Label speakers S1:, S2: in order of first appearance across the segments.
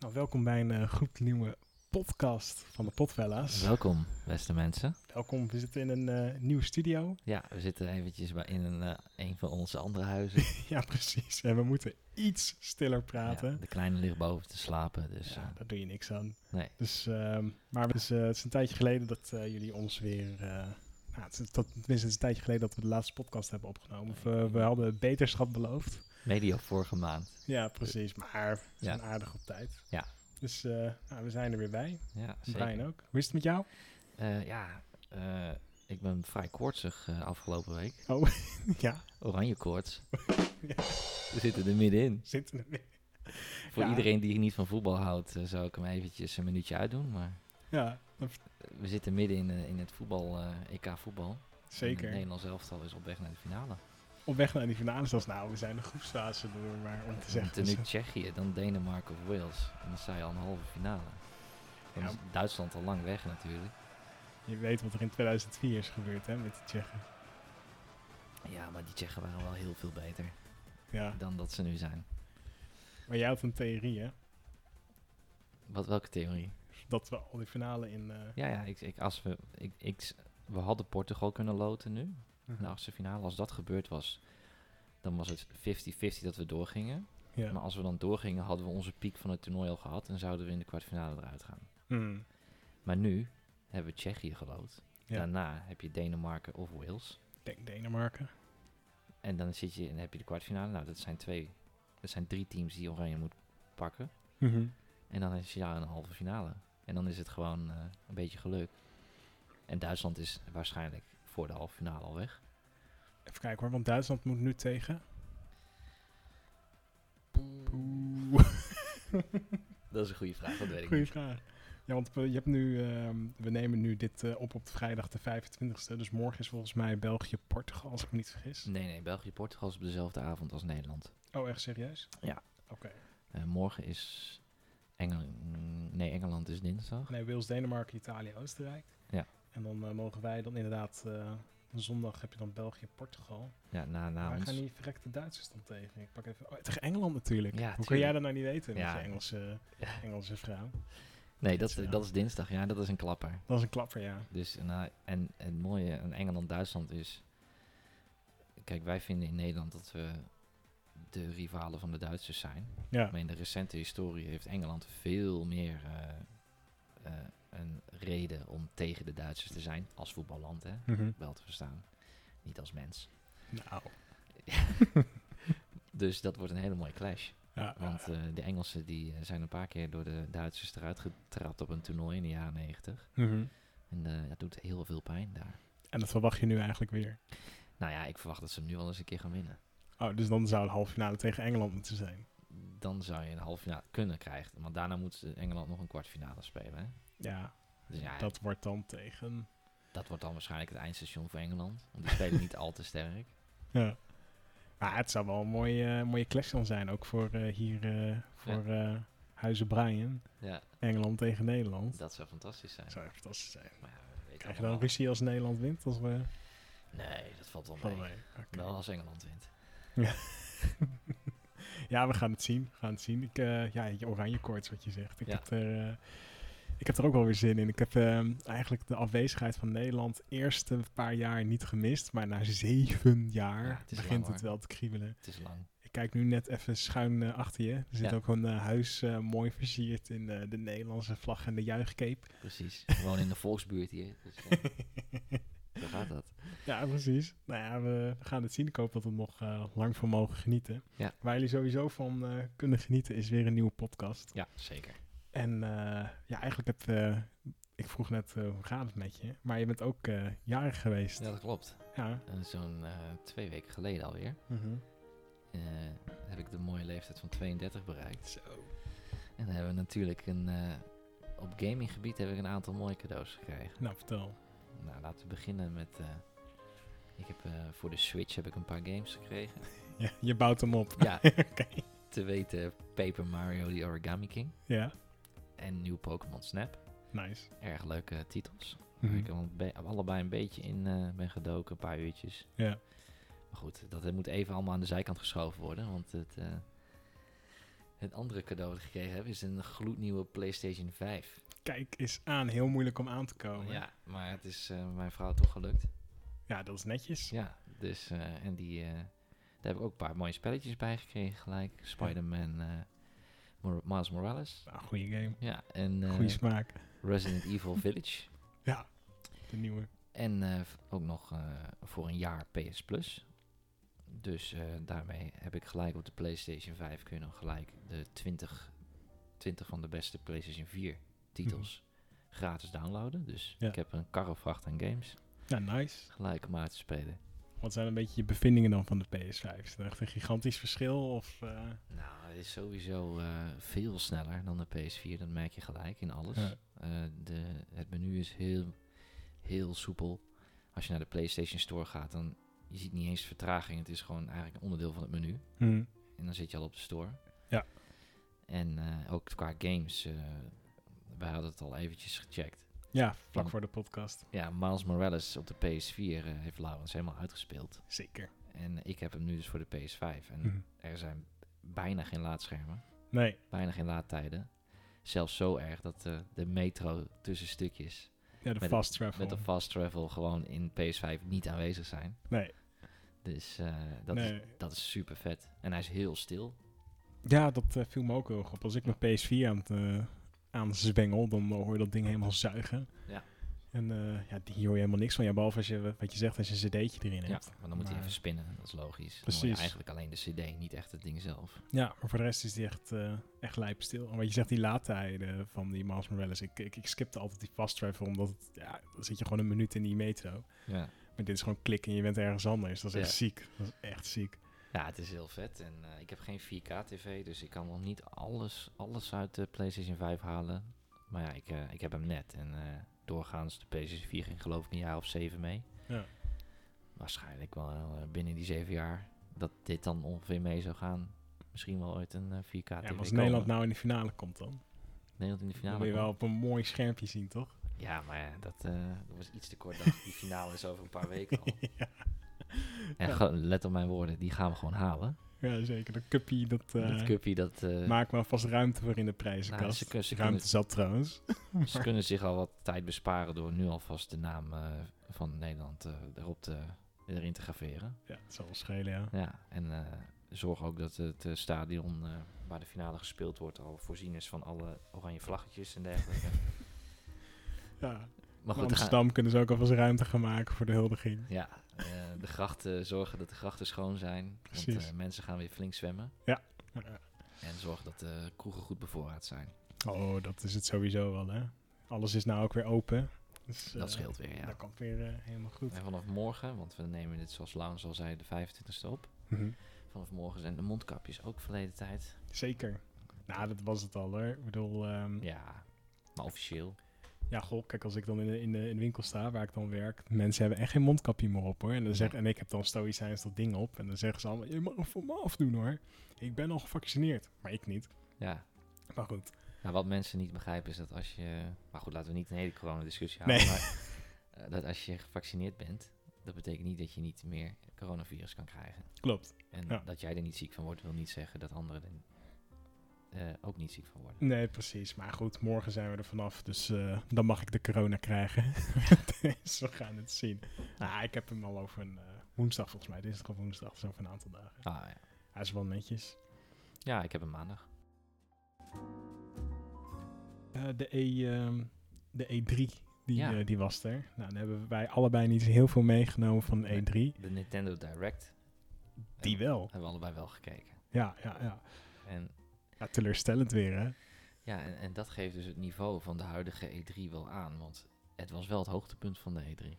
S1: Nou, welkom bij een eh, goed nieuwe podcast van de Potfella's.
S2: Welkom, beste mensen.
S1: Welkom, we zitten in een eh, nieuwe studio.
S2: Ja, we zitten eventjes bij- in een, eh, een van onze andere huizen.
S1: ja, precies. En we moeten iets stiller praten.
S2: Ja, de kleine ligt boven te slapen, dus
S1: Ja,
S2: eh,
S1: daar doe je niks aan.
S2: nee.
S1: Dus, ehm, maar het is, eh, het is een tijdje geleden dat eh, jullie ons weer... eh, nou, het is, dat, tenminste, het is een tijdje geleden dat we de laatste podcast hebben opgenomen. Of, eh, we hadden beterschap beloofd.
S2: Medio vorige maand.
S1: Ja, precies. Maar we zijn
S2: Ja.
S1: aardig op tijd.
S2: Ja.
S1: Dus eh, nou, we zijn er weer bij.
S2: Ja, zeker.
S1: Brian ook. Hoe is het met jou?
S2: Eh, ja, eh, ik ben vrij koortsig eh, afgelopen week.
S1: ja,
S2: Oranje koorts.
S1: Ja.
S2: We zitten er middenin.
S1: zitten er weer.
S2: Voor
S1: Ja.
S2: iedereen die niet van voetbal houdt, eh, zou ik hem eventjes een minuutje uitdoen. Maar
S1: Ja,
S2: eh, we zitten midden in, eh, in het voetbal, eh, EK voetbal. En
S1: zeker.
S2: het Nederlands elftal is op weg naar de finale.
S1: op weg naar die finale zelfs. Nou, we zijn de groepsfase door, maar om te zeggen... dus,
S2: En nu Tsjechië, dan Denemarken of Wales. En dan sta je al een halve finale. Dan
S1: Ja.
S2: is Duitsland al lang weg natuurlijk.
S1: je weet wat er in 2004 is gebeurd, hè, met de Tsjechen.
S2: Ja, maar die Tsjechen waren wel heel veel beter
S1: Ja,
S2: dan dat ze nu zijn.
S1: maar jij had een theorie, hè,
S2: Wat, welke theorie?
S1: dat we al die finale in... eh,
S2: Ja, ja ik, ik, als we, ik, ik, we hadden Portugal kunnen loten nu.
S1: Mhm.
S2: In de
S1: ja.
S2: achtste finale. Als dat gebeurd was, dan was het 50-50 dat we doorgingen. Maar als we dan doorgingen, hadden we onze piek van het toernooi al gehad. En zouden we in de kwartfinale eruit gaan.
S1: Hmm,
S2: Maar nu hebben we Tsjechië geloot.
S1: Ja.
S2: Daarna heb je Denemarken of Wales.
S1: ik denk Denemarken.
S2: En dan zit je en heb je de kwartfinale. Nou, dat zijn twee. Dat zijn drie teams die Oranje moet pakken. En dan is je ja een halve finale. En dan is het gewoon eh, een beetje geluk. En Duitsland is waarschijnlijk voor de halve finale al weg.
S1: Even kijken hoor, want Duitsland moet nu tegen... Poeh.
S2: Dat is een goede vraag, dat weet ik
S1: Goeie
S2: niet.
S1: vraag. Ja, want we, je hebt nu, ehm, we nemen nu dit eh, op op vrijdag de 25e. Dus morgen is volgens mij België-Portugal, als ik me niet vergis.
S2: Nee, nee, België-Portugal is op dezelfde avond als Nederland.
S1: Oh, echt serieus?
S2: Ja.
S1: Oké.
S2: Eh, morgen is Engel nee, Engeland is dinsdag.
S1: Nee, Wales, Denemarken, Italië, Oostenrijk.
S2: Ja.
S1: En dan eh, mogen wij dan inderdaad... eh, zondag heb je dan België, Portugal.
S2: Ja, na, na
S1: Waar
S2: ons.
S1: gaan die verrekte Duitsers dan tegen? Ik pak even... Oh, tegen Engeland natuurlijk.
S2: Ja,
S1: Hoe kun
S2: tuurlijk.
S1: jij dat nou niet weten,
S2: Ja.
S1: met je Engelse,
S2: Ja.
S1: Engelse vrouw?
S2: Nee, dat,
S1: Ja.
S2: dat is dinsdag. Ja, dat is een klapper.
S1: Dat is een klapper, ja.
S2: Dus en, eh, en het mooie aan Engeland-Duitsland is. Kijk, wij vinden in Nederland dat we de rivalen van de Duitsers zijn.
S1: Ja,
S2: Maar in de recente historie heeft Engeland veel meer eh, eh, een reden om tegen de Duitsers te zijn. Als voetballand, hè?
S1: Mhm.
S2: Wel te verstaan. Niet als mens.
S1: nou.
S2: Dus dat wordt een hele mooie clash.
S1: Ja,
S2: Want eh, de Engelsen die eh, zijn een paar keer door de Duitsers eruit getrapt op een toernooi in de jaren 90.
S1: mhm.
S2: En eh, dat doet heel veel pijn daar.
S1: En dat verwacht je nu eigenlijk weer.
S2: Nou ja, ik verwacht dat ze hem nu al eens een keer gaan winnen.
S1: Oh, dus dan zou de halve finale tegen Engeland moeten zijn.
S2: dan zou je een halve finale kunnen krijgen. Want daarna moet ze Engeland nog een kwartfinale spelen. Hè?
S1: Ja,
S2: Dus ja, dat...
S1: dat wordt dan tegen...
S2: wordt dan waarschijnlijk het eindstation voor Engeland. Want die spelen niet al te sterk.
S1: Ja. Maar het zou wel een mooie, eh, mooie clash dan zijn, ook voor eh, hier, eh, voor eh, Huizen Brian.
S2: Ja,
S1: Engeland tegen Nederland.
S2: dat zou fantastisch zijn.
S1: Dat zou echt fantastisch zijn.
S2: Maar ja, we weten
S1: Krijg je dan
S2: allemaal-
S1: ruzie als Nederland wint? Als we...
S2: Nee, dat valt wel
S1: Oh,
S2: mee.
S1: nee. Oké.
S2: Wel als Engeland wint.
S1: Ja, we gaan het zien. We gaan het zien. Ik, eh, ja, je oranje koorts, wat je zegt. Ik,
S2: Ja.
S1: heb er, eh, ik heb er ook wel weer zin in. Ik heb ehm, eigenlijk de afwezigheid van Nederland eerste paar jaar niet gemist. Maar na zeven jaar
S2: Ja, het is
S1: begint
S2: lang,
S1: het
S2: hoor.
S1: wel te kriebelen.
S2: Het is lang.
S1: Ik kijk nu net even schuin eh, achter je. Er zit
S2: Ja.
S1: ook een eh, huis eh, mooi versierd in eh, de Nederlandse vlag en de juichcape.
S2: Precies. Gewoon in de volksbuurt hier. Dus, eh, zo gaat dat.
S1: ja, precies. Nou ja, we gaan het zien. Ik hoop dat we nog eh, lang van mogen genieten.
S2: Ja.
S1: Waar jullie sowieso van eh, kunnen genieten is weer een nieuwe podcast.
S2: Ja, zeker.
S1: En eh, ja, eigenlijk heb eh, ik vroeg net eh, hoe gaat het met je? Maar je bent ook eh, jarig geweest.
S2: Ja, dat klopt.
S1: Ja.
S2: En Zo'n eh, twee weken geleden alweer
S1: Mhm.
S2: eh, heb ik de mooie leeftijd van 32 bereikt.
S1: Zo.
S2: En dan hebben we natuurlijk een. eh, op gaminggebied heb ik een aantal mooie cadeaus gekregen.
S1: Nou, vertel.
S2: Nou, laten we beginnen met. eh, ik heb eh, voor de Switch heb ik een paar games gekregen.
S1: Ja, je bouwt hem op.
S2: ja,
S1: Oké.
S2: te weten Paper Mario The Origami King
S1: Ja,
S2: en nieuw Pokémon Snap.
S1: nice.
S2: Erg leuke titels. Waar
S1: Mhm.
S2: ik al be- allebei een beetje in eh, ben gedoken, een paar uurtjes.
S1: Ja.
S2: Maar goed, dat moet even allemaal aan de zijkant geschoven worden, want het. eh, het andere cadeau dat ik gekregen heb is een gloednieuwe PlayStation 5.
S1: Kijk eens aan, heel moeilijk om aan te komen.
S2: Ja, maar het is eh, mijn vrouw toch gelukt.
S1: Ja, dat is netjes.
S2: Ja, dus eh, en die, eh, daar heb ik ook een paar mooie spelletjes bij gekregen gelijk. Spider-Man, eh Mor- Miles Morales.
S1: Nou, goede game.
S2: Ja, en eh,
S1: Goede smaak.
S2: Resident Evil Village.
S1: Ja, de nieuwe.
S2: En eh, v- ook nog eh, voor een jaar PS Plus. Dus eh, daarmee heb ik gelijk op de PlayStation 5 kun je dan gelijk de 20, 20 van de beste PlayStation 4 titels gratis downloaden. Dus
S1: Ja.
S2: ik heb een karrevracht aan games
S1: Ja, nice.
S2: gelijk om uit te spelen.
S1: Wat zijn een beetje je bevindingen dan van de PS5? Is er echt een gigantisch verschil? Of, eh,
S2: Nou, het is sowieso eh, veel sneller dan de PS4. Dat merk je gelijk in alles.
S1: Ja.
S2: Eh, de, het menu is heel, heel soepel. Als je naar de PlayStation Store gaat, dan je ziet niet eens vertraging. Het is gewoon eigenlijk een onderdeel van het menu.
S1: hm,
S2: En dan zit je al op de store.
S1: Ja.
S2: En eh, ook qua games. eh, wij hadden het al eventjes gecheckt.
S1: Ja, vlak
S2: Van-
S1: voor de podcast.
S2: Ja, Miles Morales op de PS4 eh, heeft Laurens helemaal uitgespeeld.
S1: Zeker.
S2: En ik heb hem nu dus voor de PS5. En
S1: Hm.
S2: er zijn bijna geen laadschermen.
S1: Nee,
S2: Bijna geen laadtijden. Zelfs zo erg dat eh, de metro tussenstukjes
S1: ja, de
S2: Met-
S1: fast travel.
S2: met de fast travel gewoon in PS5 niet aanwezig zijn.
S1: nee,
S2: Dus eh, dat, is,
S1: nee.
S2: dat is super vet. En hij is heel stil.
S1: Ja, dat eh, viel me ook heel erg op. Als ik mijn PS4 aan het eh, aanzwengel, dan eh, hoor je dat ding helemaal zuigen.
S2: Ja.
S1: En eh, ja, die hier hoor je helemaal niks van. Ja, behalve als je, wat je zegt, als je een cd'tje erin
S2: Ja,
S1: hebt.
S2: maar dan moet hij
S1: Maar-
S2: even spinnen, dat is logisch. Dan hoor je
S1: Precies.
S2: eigenlijk alleen de CD, niet echt het ding zelf.
S1: Ja, maar voor de rest is die echt, eh echt lijpstil. En wat je zegt, die laadtijden van die Miles Morales. Ik, ik, ik skipte altijd die fast travel, omdat het, ja, dan zit je gewoon een minuut in die metro.
S2: Ja.
S1: Maar dit is gewoon klik en je bent ergens anders. Dat is echt
S2: Ja.
S1: ziek. Dat is echt ziek.
S2: ja, het is heel vet. En eh, ik heb geen 4K-TV, dus ik kan nog niet alles, alles uit de PlayStation 5 halen. Maar ja, ik, eh, ik heb hem net. En eh, doorgaans, de PlayStation 4 ging geloof ik een jaar of zeven mee.
S1: Ja.
S2: Waarschijnlijk wel eh, binnen die zeven jaar dat dit dan ongeveer mee zou gaan. Misschien wel ooit een eh, 4K-TV.
S1: Ja, maar als Nederland nou in de finale komt dan,
S2: Nederland in de
S1: dan
S2: finale.
S1: wil je
S2: komt.
S1: wel op een mooi schermpje zien, toch?
S2: Ja, maar ja, dat, eh, dat was iets te kort. dag. Die finale is over een paar weken al.
S1: ja.
S2: En
S1: Ja.
S2: gewoon, let op mijn woorden, die gaan we gewoon halen.
S1: ja, zeker. Dat cuppie, dat, eh,
S2: dat cuppie, dat... eh,
S1: maakt wel vast ruimte voor in de
S2: nou,
S1: prijzenkast.
S2: ze, kun- ze kunnen,
S1: ruimte zat trouwens.
S2: ze kunnen zich al wat tijd besparen door nu alvast de naam eh, van Nederland eh, erop te, erin te graveren.
S1: Ja, dat zal wel schelen, ja.
S2: Ja, en eh, zorg ook dat het eh, stadion eh, waar de finale gespeeld wordt al voorzien is van alle oranje vlaggetjes en dergelijke.
S1: ja. in
S2: maar goed, er gaan-
S1: Amsterdam kunnen ze ook alvast ruimte gaan maken voor de huldiging.
S2: Ja, eh, de grachten, zorgen dat de grachten schoon zijn. Want
S1: Precies.
S2: eh, mensen gaan weer flink zwemmen.
S1: Ja.
S2: En zorg dat de kroegen goed bevoorraad zijn.
S1: Oh, dat is het sowieso wel, hè? Alles is nou ook weer open. Dus,
S2: dat
S1: eh,
S2: scheelt weer, ja.
S1: Dat komt weer eh, helemaal goed.
S2: En vanaf morgen, want we nemen dit zoals Lounge al zei de 25e op.
S1: Mhm.
S2: Vanaf morgen zijn de mondkapjes ook verleden tijd.
S1: Zeker. Nou, dat was het al, hoor. Ik bedoel, ehm, ja.
S2: Ja, maar officieel.
S1: goh, kijk, als ik dan in de, in, de, in de winkel sta waar ik dan werk, mensen hebben echt geen mondkapje meer op, hoor. En, dan zeg,
S2: Nee.
S1: en ik heb dan stoïcijns dat ding op. En dan zeggen ze allemaal, je mag hem voor me afdoen, hoor. Ik ben al gevaccineerd. Maar ik niet.
S2: Ja.
S1: Maar goed.
S2: Nou, wat mensen niet begrijpen is dat als je... Maar goed, laten we niet een hele coronadiscussie
S1: Nee.
S2: houden. Maar eh, dat als je gevaccineerd bent, dat betekent niet dat je niet meer coronavirus kan krijgen.
S1: Klopt.
S2: En
S1: Ja.
S2: dat jij er niet ziek van wordt, wil niet zeggen dat anderen er eh, ook niet ziek van worden.
S1: Nee, precies. Maar goed, morgen zijn we er vanaf. Dus eh, dan mag ik de corona krijgen. dus we gaan het zien. Nou, ik heb hem al over een eh, woensdag volgens mij. Dinsdag of woensdag, zo over een aantal dagen.
S2: Ah, ja.
S1: Hij is wel netjes.
S2: ja, ik heb hem maandag.
S1: Eh, de, e, ehm, de E3, die,
S2: Ja.
S1: eh, die was er. Nou, dan hebben wij allebei niet heel veel meegenomen van de
S2: Nee.
S1: E3.
S2: De Nintendo Direct.
S1: Die
S2: hebben-
S1: wel.
S2: Hebben we allebei wel gekeken.
S1: Ja, ja, ja.
S2: En,
S1: ja teleurstellend weer, hè?
S2: ja, en, en dat geeft dus het niveau van de huidige E3 wel aan. Want het was wel het hoogtepunt van de E E3.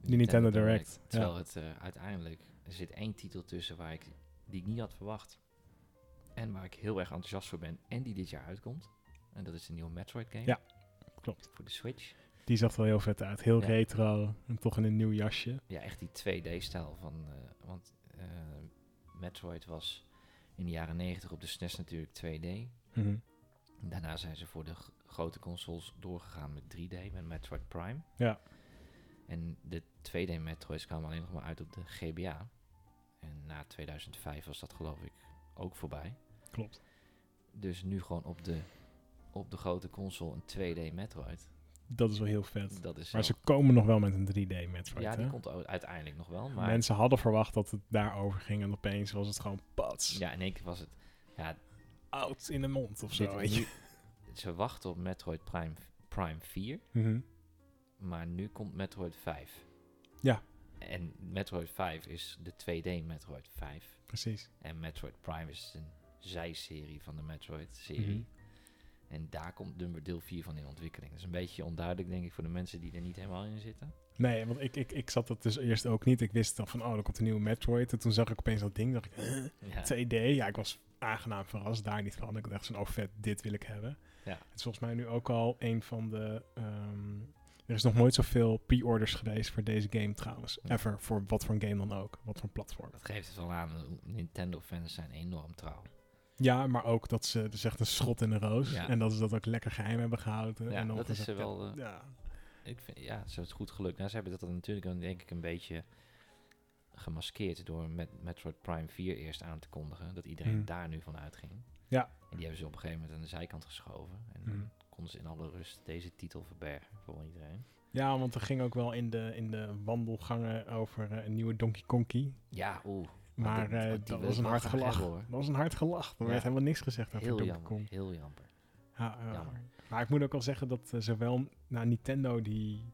S1: Die Nintendo Direct, ja.
S2: Terwijl het eh, uiteindelijk... Er zit één titel tussen waar ik, die ik niet had verwacht. En waar ik heel erg enthousiast voor ben. En die dit jaar uitkomt. En dat is de nieuwe Metroid game.
S1: Ja, klopt.
S2: Voor de Switch.
S1: Die zag er wel heel vet uit. Heel
S2: Ja.
S1: retro. En toch in een nieuw jasje.
S2: Ja, echt die 2D-stijl van... eh, want eh, Metroid was in de jaren 90 op de SNES natuurlijk 2D.
S1: Mhm.
S2: Daarna zijn ze voor de g- grote consoles doorgegaan met 3D, met Metroid Prime.
S1: Ja.
S2: En de 2D Metroids kwamen alleen nog maar uit op de GBA. En na 2005 was dat geloof ik ook voorbij.
S1: Klopt.
S2: dus nu gewoon op de, op de grote console een 2D Metroid.
S1: Dat is wel heel vet.
S2: Dat is
S1: Maar
S2: zo-
S1: ze komen nog wel met een 3D Metroid.
S2: ja,
S1: hè?
S2: die komt o- uiteindelijk nog wel. Maar
S1: Mensen hadden verwacht dat het daarover ging en opeens was het gewoon pats,
S2: ja, in één keer was het. Ja,
S1: oud in de mond of zo.
S2: dit-
S1: weet je.
S2: nu- ze wachten op Metroid Prime, Prime 4,
S1: Mhm.
S2: maar nu komt Metroid 5.
S1: Ja.
S2: En Metroid 5 is de 2D Metroid 5.
S1: Precies.
S2: En Metroid Prime is een zijserie van de Metroid-serie.
S1: Mhm.
S2: En daar komt nummer deel 4 van in ontwikkeling. Dat is een beetje onduidelijk, denk ik, voor de mensen die er niet helemaal in zitten.
S1: Nee, want ik, ik, ik zat dat dus eerst ook niet. Ik wist dan van, oh, er komt een nieuwe Metroid. En toen zag ik opeens dat ding, dacht ik, huh,
S2: Ja.
S1: 2D. Ja, ik was aangenaam verrast daar niet van. Ik dacht zo'n, oh vet, dit wil ik hebben.
S2: Ja.
S1: Het is volgens mij nu ook al een van de... ehm, er is nog nooit zoveel pre-orders geweest voor deze game trouwens.
S2: Ja.
S1: Ever, voor wat voor een game dan ook. Wat voor een platform.
S2: Dat geeft het wel aan. Nintendo-fans zijn enorm trouw.
S1: Ja, maar ook dat ze, dus echt een schot in de roos.
S2: Ja.
S1: En dat ze dat ook lekker geheim hebben gehouden.
S2: Ja,
S1: en dan
S2: dat is
S1: gezegd,
S2: ze wel, eh,
S1: ja,
S2: Ik vind, ja, ze hebben het goed gelukt. Nou, ze hebben dat dan natuurlijk dan denk ik een beetje gemaskeerd door met Metroid Prime 4 eerst aan te kondigen. Dat iedereen
S1: Hmm.
S2: daar nu van uitging.
S1: Ja.
S2: En die hebben ze op een gegeven moment aan de zijkant geschoven. En
S1: Hmm.
S2: dan konden ze in alle rust deze titel verbergen voor iedereen.
S1: Ja, want er ging ook wel in de, in de wandelgangen over eh, een nieuwe Donkey Konkie.
S2: Ja, oeh.
S1: Maar
S2: dat-
S1: eh,
S2: die
S1: dat,
S2: wil
S1: was
S2: ik
S1: een
S2: wel
S1: hard
S2: graag
S1: gelach.
S2: hebben, hoor.
S1: Dat was een hard gelach. Er
S2: Ja.
S1: werd helemaal niks gezegd over
S2: Heel
S1: Donkey
S2: jammer.
S1: Kong.
S2: Heel jammer.
S1: Ja, ja.
S2: Jammer.
S1: Maar ik moet ook wel zeggen dat eh, zowel nou, Nintendo, die,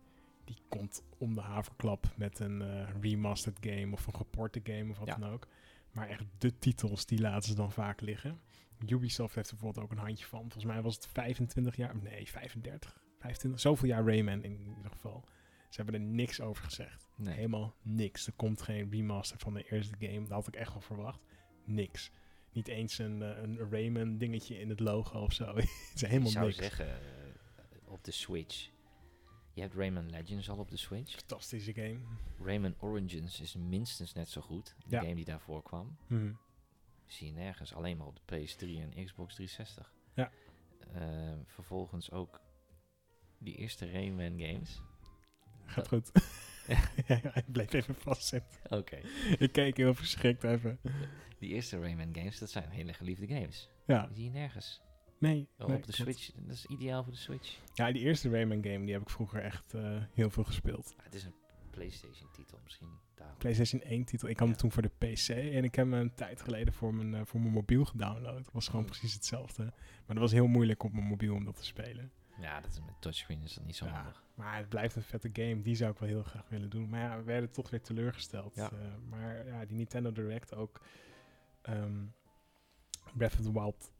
S1: die komt om de haverklap met een eh, remastered game of een geporte game of wat
S2: Ja.
S1: dan ook. Maar echt de titels, die laten ze dan vaak liggen. Ubisoft heeft er bijvoorbeeld ook een handje van. Volgens mij was het 25 jaar, nee 35, 25, zoveel jaar Rayman in ieder geval. Ze hebben er niks over gezegd.
S2: Nee.
S1: Helemaal niks. Er komt geen remaster van de eerste game. Dat had ik echt wel verwacht. Niks. Niet eens een, eh, een Rayman dingetje in het logo of zo. Het is
S2: Ik
S1: helemaal
S2: zou
S1: niks.
S2: zeggen, eh, op de Switch. Je hebt Rayman Legends al op de Switch.
S1: Fantastische game.
S2: Rayman Origins is minstens net zo goed. De
S1: Ja.
S2: game die daarvoor kwam.
S1: Mhm.
S2: zie je nergens. Alleen maar op de PS3 en Xbox 360.
S1: Ja.
S2: Eh, vervolgens ook die eerste Rayman games.
S1: Gaat goed. ja, ja, ik bleef even vastzitten.
S2: Oké.
S1: Ik keek heel verschrikt even.
S2: Die eerste Rayman games, dat zijn hele geliefde games.
S1: Ja,
S2: Die zie je nergens.
S1: nee.
S2: Oh,
S1: nee,
S2: op de
S1: klopt.
S2: Switch, dat is ideaal voor de Switch.
S1: Ja, die eerste Rayman game, die heb ik vroeger echt eh, heel veel gespeeld.
S2: Ah, het is een PlayStation titel misschien. daarom.
S1: PlayStation 1 titel. Ik had hem toen voor de PC en ik heb hem een tijd geleden voor mijn, eh, voor mijn mobiel gedownload. Het was gewoon
S2: Oh.
S1: precies hetzelfde. Maar dat was heel moeilijk op mijn mobiel om dat te spelen.
S2: ja, dat is met touchscreen is dat niet zo
S1: Ja.
S2: handig.
S1: Maar het blijft een vette game. Die zou ik wel heel graag willen doen. Maar ja, we werden toch weer teleurgesteld.
S2: Ja.
S1: Eh, maar ja, die Nintendo Direct ook. ehm, Breath of the Wild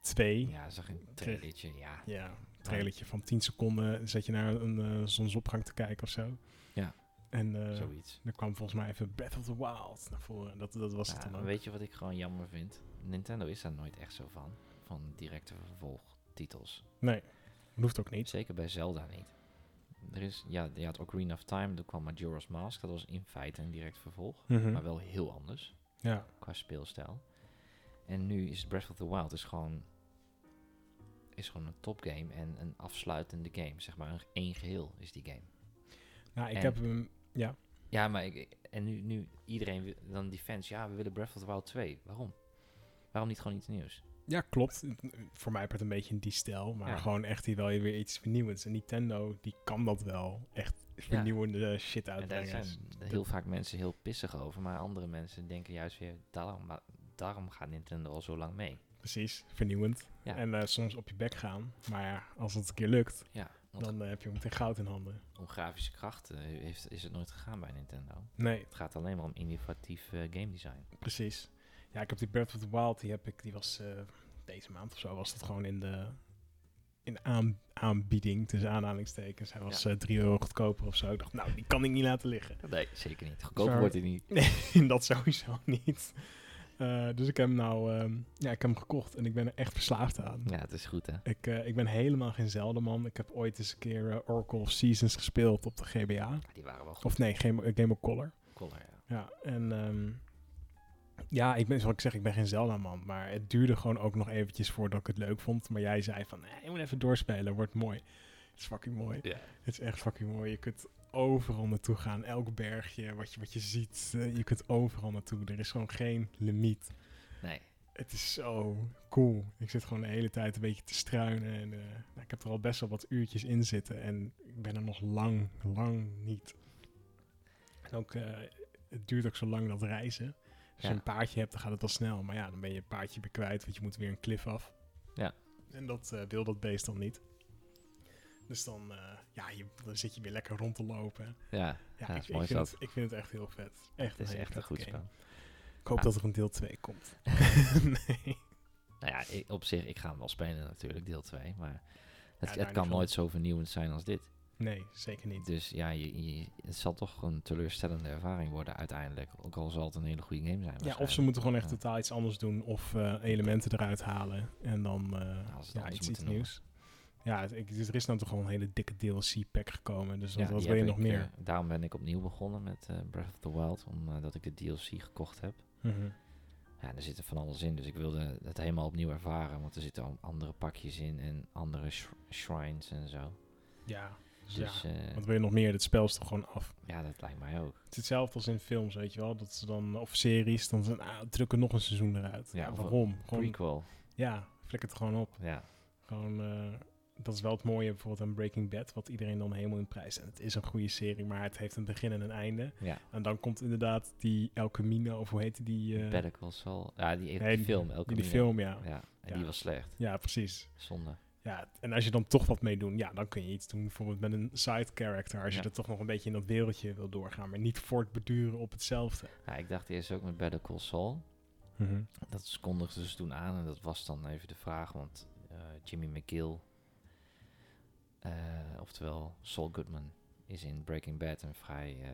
S1: 2. Ja,
S2: Ja, zag een trailertje. Ja.
S1: een trailertje van 10 seconden. Zet je naar een eh, zonsopgang te kijken of zo.
S2: Ja.
S1: En eh,
S2: zoiets.
S1: er kwam volgens mij even Breath of the Wild naar voren. Dat, dat was het
S2: Ja,
S1: dan ook.
S2: weet je wat ik gewoon jammer vind? Nintendo is daar nooit echt zo van. Van directe vervolgtitels.
S1: Nee, dat hoeft ook niet.
S2: Zeker bij Zelda niet. Er is, ja, je had Ocarina of Time, toen kwam Majora's Mask. Dat was in feite een direct vervolg,
S1: Mhm.
S2: maar wel heel anders
S1: Ja.
S2: qua speelstijl. En nu is Breath of the Wild is gewoon, is gewoon een topgame en een afsluitende game. Zeg maar, een, één geheel is die game.
S1: Nou, ik
S2: En-
S1: heb hem... Ja.
S2: Ja, maar ik- ik, en nu, nu iedereen, wil- dan die fans, ja, we willen Breath of the Wild 2. Waarom? Waarom niet gewoon iets nieuws?
S1: Ja, klopt. Voor mij werd het een beetje in die stijl. Maar
S2: Ja.
S1: gewoon echt hier wel weer iets vernieuwends. En Nintendo, die kan dat wel. Echt vernieuwende shit
S2: En daar
S1: uitbrengen.
S2: zijn
S1: Dus
S2: heel vaak mensen heel pissig over, maar andere mensen denken juist weer, daarom, maar daarom gaat Nintendo al zo lang mee.
S1: Precies, vernieuwend.
S2: Ja.
S1: En eh, soms op je bek gaan. Maar ja, als het een keer lukt,
S2: Ja, want
S1: dan eh, heb je meteen goud in handen.
S2: om grafische krachten eh, heeft, is het nooit gegaan bij Nintendo.
S1: Nee,
S2: Het gaat alleen maar om innovatief eh, game design.
S1: precies. Ja, ik heb die Breath of the Wild, die, heb ik, die was eh, deze maand of zo, was dat gewoon in de in de aan, aanbieding, tussen aanhalingstekens. Hij was eh 3 euro goedkoper of zo. Ik dacht, nou, die kan ik niet laten liggen.
S2: Nee, zeker niet. Goedkoper
S1: Sorry.
S2: wordt het niet.
S1: dat sowieso niet. Eh, dus ik heb hem nou, ehm, ja, ik heb hem gekocht en ik ben er echt verslaafd aan.
S2: Ja, het is goed hè.
S1: Ik, eh, ik ben helemaal geen Zelda-man. Ik heb ooit eens een keer eh, Oracle of Seasons gespeeld op de GBA.
S2: Ja, die waren wel goed.
S1: Of nee, Game, eh, Game of Color.
S2: Color, ja.
S1: Ja, en ehm, ja, ik ben, zoals ik zeg, ik ben geen Zelda-man. Maar het duurde gewoon ook nog eventjes voordat ik het leuk vond. Maar jij zei van, nee, je moet even doorspelen, wordt mooi. Het is fucking mooi.
S2: Ja.
S1: Het is echt fucking mooi. Je kunt overal naartoe gaan. Elk bergje, wat je, wat je ziet, eh, je kunt overal naartoe. Er is gewoon geen limiet.
S2: Nee.
S1: Het is zo cool. Ik zit gewoon de hele tijd een beetje te struinen. En, eh, nou, ik heb er al best wel wat uurtjes in zitten. En ik ben er nog lang, lang niet. En ook, eh, het duurt ook zo lang dat reizen. Als
S2: Ja.
S1: je een paardje hebt, dan gaat het al snel. Maar ja, dan ben je een paardje weer kwijt, want je moet weer een klif af.
S2: Ja.
S1: En dat eh, wil dat beest dan niet. Dus dan, eh, ja, je, dan zit je weer lekker rond te lopen.
S2: Ja,
S1: Ja,
S2: dat
S1: ik,
S2: is
S1: ik
S2: mooi
S1: vind
S2: zat.
S1: het, ik vind het echt heel vet. Echt
S2: het is
S1: hele
S2: echt
S1: vette
S2: een goed
S1: game.
S2: spel.
S1: Ik hoop
S2: Ja.
S1: dat er een deel 2 komt. nee.
S2: Nou ja, ik- op zich, ik ga hem wel spelen natuurlijk, deel 2. Maar het,
S1: daar
S2: het
S1: niet
S2: kan
S1: van.
S2: nooit zo vernieuwend zijn als dit.
S1: nee, zeker niet.
S2: Dus ja, je, je- het zal toch een teleurstellende ervaring worden uiteindelijk. Ook al zal het een hele goede game zijn.
S1: Ja,
S2: waarschijnlijk.
S1: of ze moeten gewoon echt
S2: Ja.
S1: totaal iets anders doen. Of eh, elementen eruit halen. En dan eh,
S2: als ze het
S1: ja,
S2: anders
S1: iets, iets
S2: moeten noemen.
S1: nieuws. Ja, het- ik, er is nou toch gewoon een hele dikke DLC-pack gekomen. Dus wat-
S2: Ja,
S1: wat
S2: die
S1: wil je
S2: heb
S1: nog
S2: ik,
S1: meer?
S2: eh, daarom ben ik opnieuw begonnen met eh, Breath of the Wild, omdat ik de DLC gekocht heb.
S1: Mhm.
S2: Ja, er zit er van alles in, dus ik wilde het helemaal opnieuw ervaren, want er zitten al andere pakjes in en andere sh- shrines en zo.
S1: Ja, dus ja.
S2: Dus eh,
S1: Wat wil je nog meer? Het spel is toch gewoon af.
S2: ja, dat lijkt mij ook.
S1: Het is hetzelfde als in films, weet je wel. Dat ze dan, of series, dan zijn, ah, drukken nog een seizoen eruit.
S2: Ja,
S1: Ja,
S2: of een
S1: waarom? Gewoon,
S2: Prequel,
S1: ja, flik het gewoon op.
S2: ja.
S1: Gewoon, eh, dat is wel het mooie bijvoorbeeld aan Breaking Bad, wat iedereen dan helemaal in prijs. En het is een goede serie, maar het heeft een begin en een einde.
S2: Ja.
S1: En dan komt inderdaad die El Camino, of hoe heette die? eh,
S2: Better Call Saul. Ja, die,
S1: nee,
S2: die film. Elke
S1: die, die film, ja.
S2: Ja, en
S1: Ja.
S2: die was slecht.
S1: Ja, precies.
S2: Zonde.
S1: Ja, en als je dan toch wat mee doet, ja, dan kun je iets doen bijvoorbeeld met een side character. Als
S2: Ja.
S1: je er toch nog een beetje in dat wereldje wil doorgaan, maar niet voortbeduren op hetzelfde.
S2: Ja, ik dacht eerst ook met Better Call Saul. Mhm. Dat kondigden ze toen aan en dat was dan even de vraag, want eh, Jimmy McGill, eh, oftewel Saul Goodman, is in Breaking Bad een vrij, eh,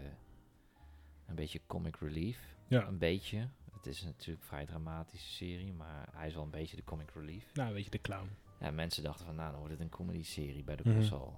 S2: een beetje comic relief.
S1: Ja,
S2: Een beetje. Het is natuurlijk een vrij dramatische serie, maar hij is wel een beetje de comic relief.
S1: nou weet je, de clown.
S2: Ja, mensen dachten van, nou, dan wordt het een comedy-serie bij de
S1: Mhm.
S2: console.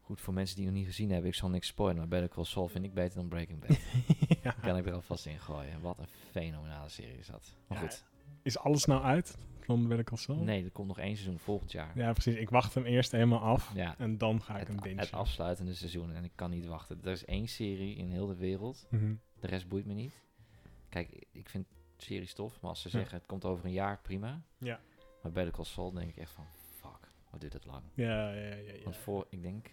S2: Goed, voor mensen die het nog niet gezien hebben, ik zal niks spoilen, maar Better Call Saul vind ik beter dan Breaking Bad.
S1: ja.
S2: kan ik er alvast in gooien. Wat een fenomenale serie is dat. Maar
S1: Ja,
S2: goed,
S1: Is alles nou uit? Dan ben ik al zo.
S2: nee, er komt nog één seizoen volgend jaar. Ja,
S1: Ja, precies. Ik wacht hem eerst helemaal af en dan ga ik hem
S2: het,
S1: bingen.
S2: het afsluitende seizoen en ik kan niet wachten. Er is één serie in heel de wereld,
S1: Mhm.
S2: de rest boeit me niet. Kijk, ik vind series tof, maar als ze
S1: Ja.
S2: zeggen het komt over een jaar, prima.
S1: Ja.
S2: Maar Better Call Saul denk ik echt van, fuck, wat duurt dat lang.
S1: Ja, ja, ja. ja.
S2: Want voor, ik denk.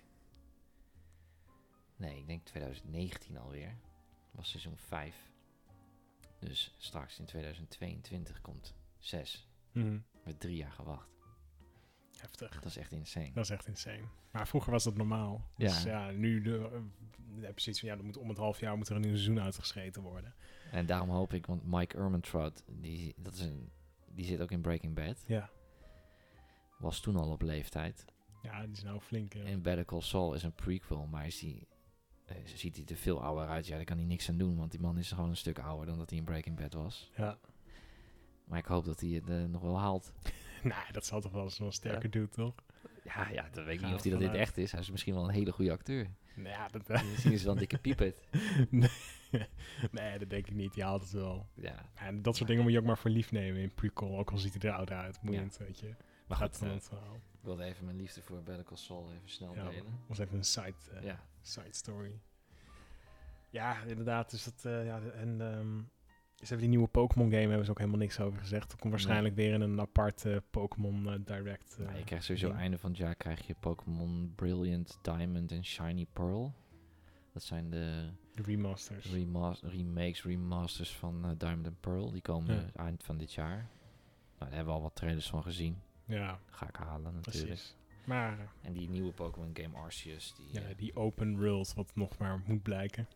S2: Nee, ik denk 2019 alweer. Was seizoen 5. Dus straks in 2022 komt 6.
S1: Mhm.
S2: Met drie jaar gewacht.
S1: Heftig.
S2: Dat is echt insane.
S1: Dat is echt insane. Maar vroeger was dat normaal.
S2: Ja.
S1: Dus ja, nu de, eh, heb je zoiets van, ja, er moet om het half jaar moet er een nieuw seizoen uitgeschreven worden.
S2: En daarom hoop ik, want Mike Ermentrout, die, dat is een, die zit ook in Breaking Bad.
S1: Ja.
S2: Was toen al op leeftijd.
S1: Ja, die is nou flink. eh.
S2: En Better Call Saul is een prequel, maar is die, eh, ziet hij er veel ouder uit. Ja, daar kan hij niks aan doen, want die man is gewoon een stuk ouder dan dat hij in Breaking Bad was.
S1: Ja.
S2: Maar ik hoop dat hij het eh, nog wel haalt.
S1: Nou, dat zal toch wel eens een sterke
S2: Ja.
S1: dude, toch?
S2: Ja, ja, dan weet ik
S1: Gaan
S2: niet
S1: we
S2: of hij dat dit
S1: vanuit.
S2: echt is. Hij is misschien wel een hele goede acteur.
S1: Nou ja, dat,
S2: Misschien is hij wel een dikke piepet.
S1: nee, dat denk ik niet. Die haalt het wel.
S2: Ja,
S1: En dat soort dingen moet je ook maar voor lief nemen in prequel. Ook al ziet hij er ouder uit. Boeiend, weet je.
S2: maar
S1: Gaat
S2: goed.
S1: van
S2: eh,
S1: het verhaal.
S2: ik wilde even mijn liefde voor Better Call Saul even snel
S1: Ja,
S2: delen.
S1: was even een side, eh,
S2: Ja,
S1: side story. Ja, inderdaad. Dus dat, eh, ja, de- en ehm ze hebben die nieuwe Pokémon game, hebben ze ook helemaal niks over gezegd. Er komt waarschijnlijk weer in een aparte Pokémon eh, Direct. eh,
S2: nou, je krijgt sowieso
S1: ding.
S2: einde van het jaar krijg je Pokémon Brilliant, Diamond en Shiny Pearl. Dat zijn de
S1: de remasters.
S2: remas- remakes, remasters van eh, Diamond en Pearl. Die komen
S1: Ja.
S2: eh, eind van dit jaar. Nou, daar hebben we al wat trailers van gezien.
S1: ja,
S2: Ga ik halen natuurlijk.
S1: precies. Maar eh,
S2: En die nieuwe Pokémon game Arceus, die
S1: ja,
S2: eh,
S1: die open world, wat nog maar moet blijken.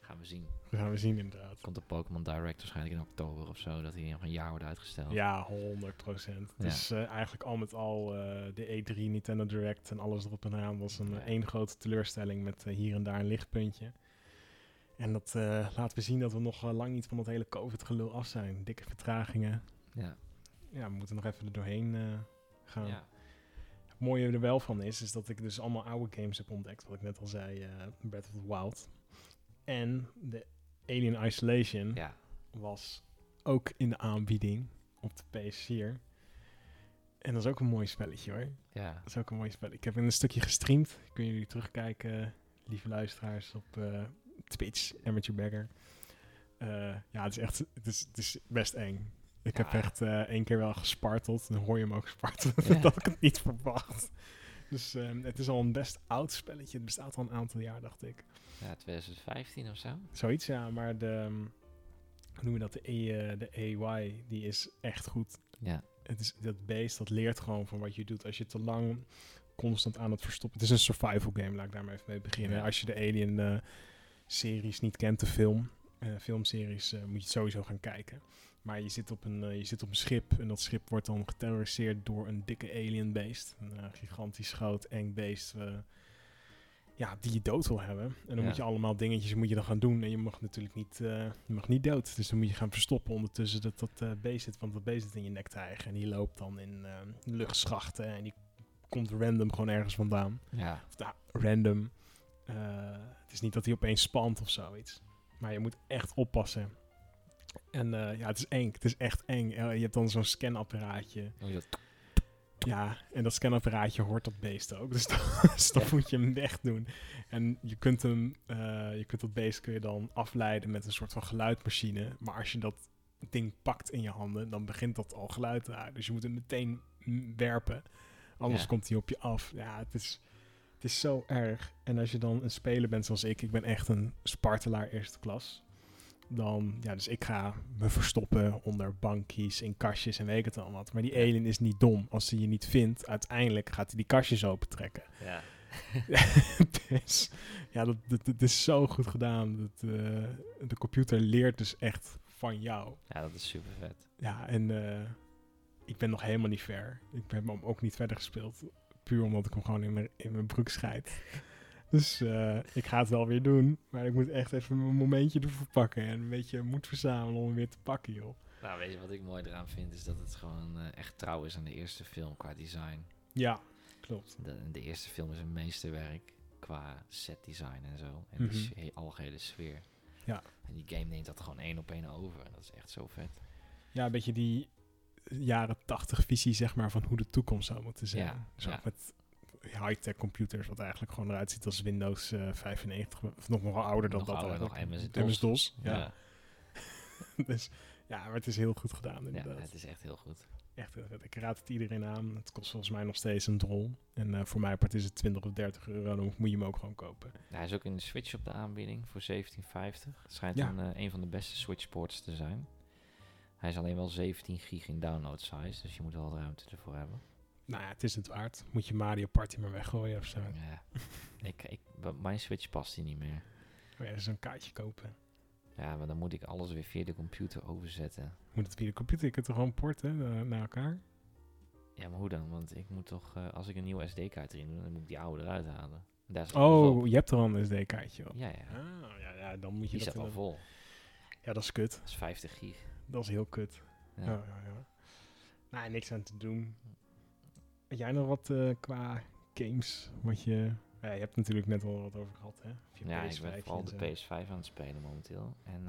S2: gaan we zien.
S1: Dat gaan we zien inderdaad.
S2: komt de Pokémon Direct waarschijnlijk in oktober of zo, dat hij nog een jaar wordt uitgesteld.
S1: Ja, 100 procent.
S2: Oh. Ja.
S1: Dus eh, eigenlijk al met al eh, de E3, Nintendo Direct en alles erop en eraan was een
S2: Ja.
S1: eh, één grote teleurstelling met eh, hier en daar een lichtpuntje. En dat eh laat we zien dat we nog eh, lang niet van dat hele COVID-gelul af zijn. Dikke vertragingen.
S2: Ja.
S1: Ja, we moeten nog even er doorheen eh, gaan.
S2: ja.
S1: Het mooie er wel van is, is dat ik dus allemaal oude games heb ontdekt. Wat ik net al zei, eh Breath of the Wild. En de Alien Isolation
S2: Ja.
S1: was ook in de aanbieding op de PS4. En dat is ook een mooi spelletje hoor.
S2: Ja.
S1: Dat is ook een mooi spelletje. Ik heb een stukje gestreamd. Kun jullie terugkijken, lieve luisteraars, op eh, Twitch, Amateur Bagger. Eh, ja, het is echt het is, het is best eng. Ik heb
S2: Ja.
S1: echt eh, één keer wel gesparteld. Dan hoor je hem ook spartelen.
S2: Ja.
S1: dat ik het niet verwacht. Dus ehm, het is al een best oud spelletje. Het bestaat al een aantal jaar, dacht ik.
S2: Ja, 2015 of zo.
S1: Zoiets, ja. Maar de... ehm, Hoe noem je dat? De, E, eh, de AY, die is echt goed.
S2: Ja,
S1: Het is, dat beest, dat leert gewoon van wat je doet. Als je te lang constant aan het verstoppen... Het is een survival game, laat ik daar maar even mee beginnen.
S2: Ja.
S1: Als je de Alien-series niet kent, de film... eh, filmseries, eh, moet je het sowieso gaan kijken. Maar je zit, op een, eh, je zit op een schip en dat schip wordt dan geterroriseerd door een dikke alien beest. Een eh, gigantisch groot eng beest eh, ja, die je dood wil hebben. En dan
S2: Ja.
S1: moet je allemaal dingetjes moet je dan gaan doen. En je mag natuurlijk niet, eh, je mag niet dood. Dus dan moet je gaan verstoppen ondertussen dat dat eh, beest zit. Want dat beest zit in je nek te hijgen. En die loopt dan in eh, luchtschachten en die komt random gewoon ergens vandaan.
S2: ja.
S1: Of, nou, random. Eh, het is niet dat hij opeens spant of zoiets. Maar je moet echt oppassen. En eh, ja, het is eng. Het is echt eng. Eh, je hebt dan zo'n scanapparaatje.
S2: Dan moet je dat-
S1: Ja, en dat scanapparaatje hoort dat beest ook. Dus dan, dus dan moet je hem wegdoen. En je kunt, hem, eh, je kunt dat beest kun je dan afleiden met een soort van geluidmachine. Maar als je dat ding pakt in je handen, dan begint dat al geluid te maken. Dus je moet hem meteen mm, werpen. Anders
S2: Ja.
S1: komt hij op je af. Ja, het is, het is zo erg. En als je dan een speler bent zoals ik, ik ben echt een spartelaar eerste klas. Dan, ja, dus ik ga me verstoppen onder bankjes in kastjes en weet ik het allemaal. wat. Maar die alien is niet dom. Als hij je niet vindt, uiteindelijk gaat hij die kastjes opentrekken.
S2: ja.
S1: dus, ja, dat, dat, dat is zo goed gedaan. Dat, eh, de computer leert dus echt van jou.
S2: ja, dat is super vet.
S1: Ja, en eh, ik ben nog helemaal niet ver. Ik heb hem ook niet verder gespeeld. Puur omdat ik hem gewoon in mijn, in mijn broek scheid. Dus eh, ik ga het wel weer doen. Maar ik moet echt even een momentje ervoor pakken. En een beetje moed verzamelen om hem weer te pakken, joh.
S2: Nou, weet je wat ik mooi eraan vind? Is dat het gewoon eh, echt trouw is aan de eerste film qua design.
S1: Ja, klopt.
S2: De, de eerste film is een meesterwerk qua set design en zo. En
S1: Mhm.
S2: de s- he- algehele sfeer.
S1: Ja.
S2: En die game neemt dat gewoon één op één over. En dat is echt zo vet.
S1: Ja, een beetje die eh, jaren tachtig visie, zeg maar, van hoe de toekomst zou moeten zijn.
S2: Ja,
S1: Zo
S2: ja.
S1: met high-tech computers, wat eigenlijk gewoon eruit ziet als Windows eh, 95. Of nog wel ouder dan
S2: Nog
S1: dat
S2: ouder, nog
S1: eigenlijk.
S2: MS-DOS.
S1: MS-DOS, ja.
S2: Ja,
S1: dus, ja, maar het is heel goed gedaan
S2: ja,
S1: inderdaad.
S2: het is echt heel goed.
S1: Echt, eh, ik raad het iedereen aan. Het kost volgens mij nog steeds een drol. En eh, voor mij part is het 20 of 30 euro. Dan moet je hem ook gewoon kopen.
S2: Hij is ook in de Switch op de aanbieding voor 1750. Het schijnt
S1: Ja.
S2: een, eh, een van de beste Switch ports te zijn. Hij is alleen wel 17 gig in download size, dus je moet wel ruimte ervoor hebben.
S1: Nou ja, het is het waard. Moet je Mario Party maar weggooien of zo.
S2: Ja. ik, ik, bij mijn Switch past die niet meer.
S1: Oh ja, dus een kaartje kopen.
S2: Ja, maar dan moet ik alles weer via de computer overzetten.
S1: Moet het via de computer. Je kunt er gewoon porten eh, naar elkaar.
S2: Ja, maar hoe dan? Want ik moet toch, eh, als ik een nieuwe SD-kaart erin doe, dan moet ik die oude eruit halen. Daar is alles
S1: Oh,
S2: op.
S1: je hebt er al een SD-kaartje op.
S2: ja, ja.
S1: Ah, ja, ja, dan moet je
S2: Die
S1: dat...
S2: staat al
S1: inderdaad-
S2: vol.
S1: Ja, dat is kut.
S2: Dat is 50 gig.
S1: Dat is heel kut.
S2: Ja.
S1: Ja, ja, ja. Nou, niks aan te doen. Had jij nog wat eh, qua games? Wat je... Ja, je hebt natuurlijk net al wat over gehad, hè? Of je
S2: Ja,
S1: PS5
S2: ik ben
S1: en
S2: vooral de
S1: zo.
S2: PS5 aan het spelen momenteel. En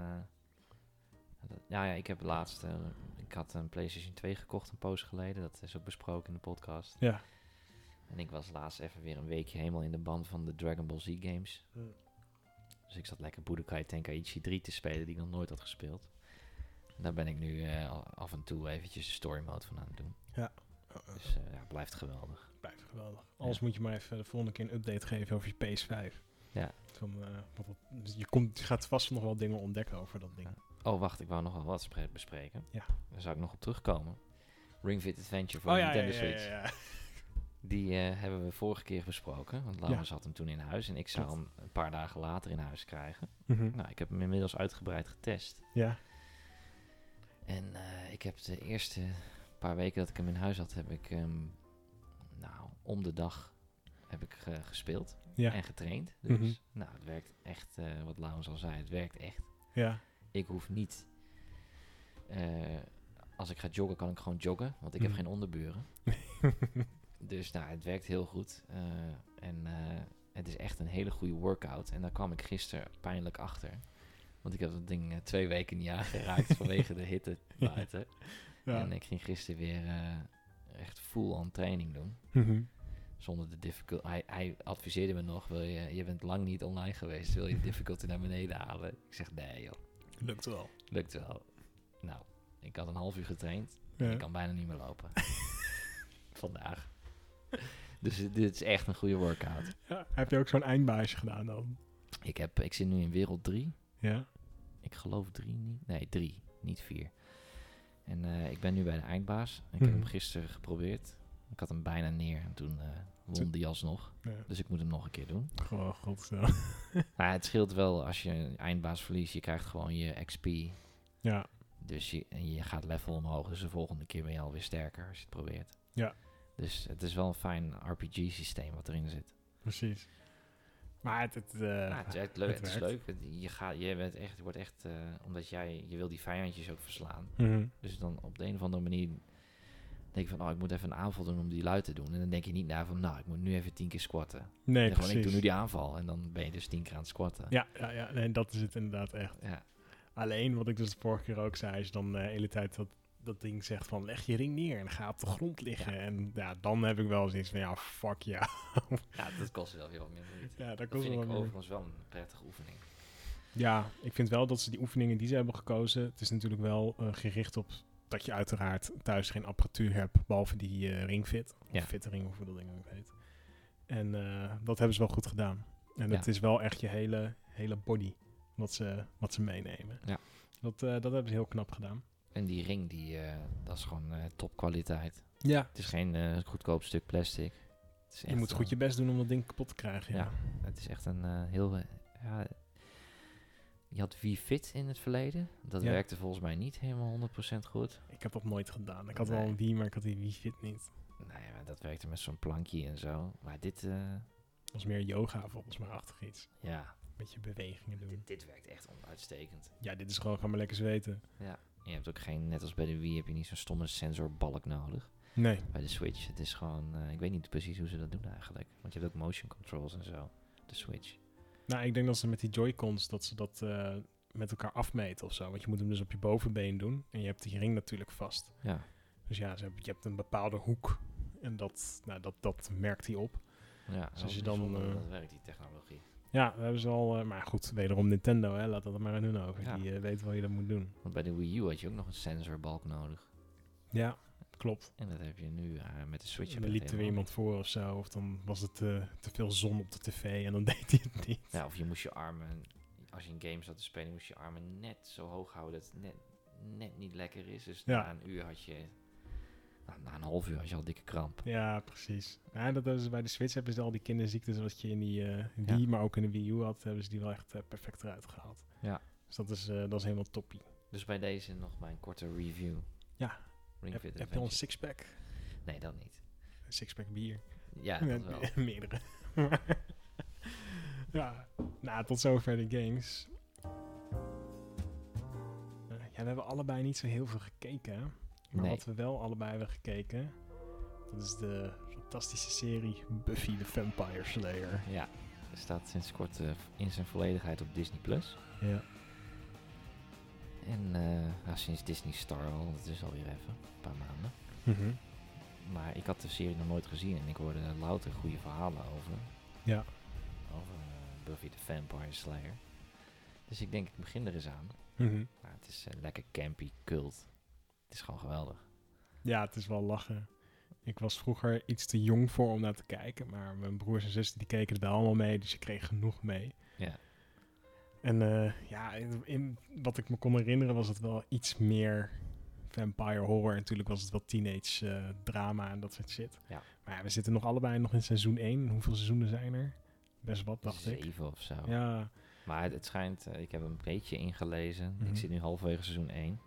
S2: eh, dat- nou ja, ik heb laatst, eh, ik had een PlayStation 2 gekocht een poos geleden. Dat is ook besproken in de podcast.
S1: Ja.
S2: En ik was laatst even weer een weekje helemaal in de band van de Dragon Ball Z games.
S1: Hmm.
S2: Dus ik zat lekker Budokai Tenkaichi 3 te spelen, die ik nog nooit had gespeeld. En daar ben ik nu eh, al- af en toe eventjes de story mode van aan het doen.
S1: Oh, oh.
S2: Dus eh, ja, blijft geweldig.
S1: Blijft geweldig. Anders moet je maar even de volgende keer een update geven over je PS5.
S2: Ja.
S1: Van, eh, want dat- dus je, komt, je gaat vast nog wel dingen ontdekken over dat ding.
S2: Ja. Oh, wacht, ik wou nog wel wat spre- bespreken.
S1: Ja.
S2: Daar zou ik nog op terugkomen. Ring Fit Adventure voor
S1: oh
S2: de
S1: ja, ja,
S2: Nintendo
S1: ja,
S2: Switch.
S1: ja, ja.
S2: Die eh, hebben we vorige keer besproken. Want Laurens had hem toen in huis. En ik zou
S1: Klopt.
S2: hem een paar dagen later in huis krijgen.
S1: Mhm.
S2: Nou, ik heb hem inmiddels uitgebreid getest.
S1: ja.
S2: En eh, ik heb de eerste paar weken dat ik hem in huis had, heb ik ehm, nou, om de dag heb ik eh, gespeeld
S1: Ja.
S2: en getraind. Dus
S1: Mhm.
S2: nou, het werkt echt, eh, wat Laurens al zei, het werkt echt.
S1: Ja.
S2: Ik hoef niet, eh, als ik ga joggen kan ik gewoon joggen, want ik
S1: Mhm.
S2: heb geen onderburen. Dus nou, het werkt heel goed. eh, en eh, het is echt een hele goede workout. En daar kwam ik gisteren pijnlijk achter. Want ik heb dat ding eh, twee weken niet aangeraakt vanwege de hitte buiten.
S1: Ja.
S2: En ik ging gisteren weer eh, echt full aan training doen.
S1: Mhm.
S2: Zonder de difficulty. Hij, hij adviseerde me nog, wil je, je bent lang niet online geweest, wil je de difficulty naar beneden halen? Ik zeg, nee joh,
S1: Lukt wel.
S2: lukt wel. Nou, Ik had een half uur getraind.
S1: Ja.
S2: Ik kan bijna niet meer lopen. Vandaag. Dus dit dit is echt een goede workout.
S1: Ja, Heb je ook zo'n eindbaasje gedaan dan?
S2: Ik, heb, ik zit nu in wereld 3.
S1: Ja.
S2: Ik geloof 3 niet. Nee, 3, niet 4. En eh, ik ben nu bij de eindbaas. Ik heb
S1: Mhm.
S2: hem gisteren geprobeerd. Ik had hem bijna neer en toen eh won die alsnog.
S1: Ja.
S2: Dus ik moet hem nog een keer doen.
S1: Gewoon godsnaam.
S2: Maar het scheelt wel als je een eindbaas verliest. Je krijgt gewoon je XP.
S1: Ja.
S2: Dus je, en je gaat level omhoog. Dus de volgende keer ben je alweer sterker als je het probeert.
S1: Ja.
S2: Dus het is wel een fijn RPG-systeem wat erin zit.
S1: Precies. Maar het... het eh,
S2: Ja, Ah, het is echt leuk.
S1: het
S2: Het is
S1: werkt.
S2: leuk. Het- Je, gaat, je, bent echt, je wordt echt... eh, omdat jij... Je wil die vijandjes ook verslaan.
S1: mhm.
S2: Dus dan op de een of andere manier... Denk je van, oh, ik moet even een aanval doen om die lui te doen. En dan denk je niet na van, nou, ik moet nu even tien keer squatten.
S1: Nee,
S2: En gewoon,
S1: precies.
S2: ik doe nu die aanval. En dan ben je dus tien keer aan het squatten.
S1: Ja, ja, ja. Nee, dat is het inderdaad echt.
S2: ja.
S1: Alleen, wat ik dus de vorige keer ook zei, is dan eh, de hele tijd dat dat ding zegt van leg je ring neer en ga op de grond liggen. En ja, dan heb ik wel zoiets van ja, fuck ja.
S2: Ja, dat kost wel heel veel meer moeite.
S1: ja, dat
S2: Dat
S1: kost
S2: vind
S1: wel
S2: ik
S1: weer.
S2: overigens wel een prettige oefening.
S1: Ja, ik vind wel dat ze die oefeningen die ze hebben gekozen, het is natuurlijk wel eh, gericht op dat je uiteraard thuis geen apparatuur hebt, behalve die eh, ringfit. Of
S2: Ja.
S1: fittering, of hoe dat ding ook heet. En eh, dat hebben ze wel goed gedaan. En
S2: Ja.
S1: het is wel echt je hele, hele body wat ze, wat ze meenemen.
S2: Ja.
S1: Dat, eh, dat hebben ze heel knap gedaan.
S2: En die ring, die, eh, dat is gewoon eh, topkwaliteit.
S1: Ja,
S2: Het is geen eh, goedkoop stuk plastic. Het is
S1: Je
S2: echt
S1: moet goed je
S2: een-
S1: best doen om dat ding kapot te krijgen. Ja.
S2: Ja, het is echt een eh, heel... eh, ja, je had WeFit in het verleden. Dat
S1: Ja.
S2: werkte volgens mij niet helemaal 100% goed.
S1: Ik heb dat nooit gedaan. Ik had
S2: Nee.
S1: wel een Wii, maar ik had die Wii Fit niet.
S2: Nee, maar dat werkte met zo'n plankje en zo. Maar dit, eh,
S1: Dat was meer yoga volgens mij, achtig iets.
S2: ja,
S1: Met je bewegingen doen.
S2: dit, dit werkt echt on- uitstekend.
S1: Ja, dit is gewoon, ga maar lekker zweten.
S2: En je hebt ook geen, net als bij de Wii, heb je niet zo'n stomme sensorbalk nodig.
S1: Nee.
S2: bij de Switch. Het is gewoon, eh, ik weet niet precies hoe ze dat doen eigenlijk. Want je hebt ook motion controls en zo. De Switch.
S1: Nou, ik denk dat ze met die Joy-Cons, dat ze dat eh, met elkaar afmeten of zo. Want je moet hem dus op je bovenbeen doen. En je hebt die ring natuurlijk vast.
S2: Ja.
S1: Dus ja, ze hebben- je hebt een bepaalde hoek. En dat, nou, dat, dat merkt hij op.
S2: ja
S1: als je dan, eh,
S2: dat werkt die technologie.
S1: Ja, we hebben ze al... eh, maar goed, wederom Nintendo, hè. Laat dat er maar aan hun over.
S2: Ja.
S1: Die eh, weet wel hoe je dat moet doen.
S2: Want bij de Wii U had je ook nog een sensorbalk nodig.
S1: Ja, klopt.
S2: En dat heb je nu eh, met de Switch.
S1: En
S2: heb
S1: dan
S2: je dat
S1: liep er weer
S2: helemaal
S1: iemand voor of zo. Of dan was het eh, te veel zon op de tv en dan deed hij het niet.
S2: niet. Ja, of je moest je armen, als je een game zat te spelen, moest je armen net zo hoog houden dat het net, net niet lekker is. Dus
S1: Ja.
S2: na een uur had je, nou, na een half uur had je al dikke kramp.
S1: Ja, precies. Ja, dat hebben ze bij de Switch hebben ze al die kinderziektes wat je in die eh, Wii,
S2: Ja.
S1: maar ook in de Wii U had, hebben ze die wel echt eh, perfect eruit gehaald.
S2: Ja.
S1: Dus dat is, eh, dat is helemaal toppie.
S2: Dus bij deze nog mijn korte review.
S1: Ja.
S2: Ring
S1: Heb,
S2: Fit
S1: heb je al een
S2: Adventure.
S1: sixpack?
S2: Nee, dat niet.
S1: Een sixpack bier?
S2: Ja, dat wel.
S1: Met meerdere. ja, nou, tot zover de games. Eh, Ja, we hebben allebei niet zo heel veel gekeken, hè? Maar
S2: Nee.
S1: wat we wel allebei hebben gekeken, dat is de fantastische serie Buffy the Vampire Slayer.
S2: Ja, er staat sinds kort eh, in zijn volledigheid op Disney Plus.
S1: Ja.
S2: En eh, nou, sinds Disney Star al, dat is alweer even, een paar maanden.
S1: Mhm.
S2: Maar ik had de serie nog nooit gezien en ik hoorde er louter goede verhalen over.
S1: Ja.
S2: Over eh, Buffy the Vampire Slayer. Dus ik denk, ik begin er eens aan.
S1: Mhm.
S2: Nou, het is eh, lekker campy, cult. Het is gewoon geweldig.
S1: Ja, het is wel lachen. Ik was vroeger iets te jong voor om naar te kijken, maar mijn broers en zussen die keken er wel allemaal mee, dus ik kreeg genoeg mee.
S2: Ja.
S1: En eh, ja, in, in wat ik me kon herinneren was het wel iets meer vampire horror. Natuurlijk was het wel teenage eh, drama en dat soort shit.
S2: Ja.
S1: Maar ja, we zitten nog allebei nog in seizoen 1. Hoeveel seizoenen zijn er? Best wat, dacht ik.
S2: Zeven of zo.
S1: Ja,
S2: Maar het, het schijnt, eh, ik heb een beetje ingelezen.
S1: Mhm.
S2: Ik zit nu halverwege seizoen 1.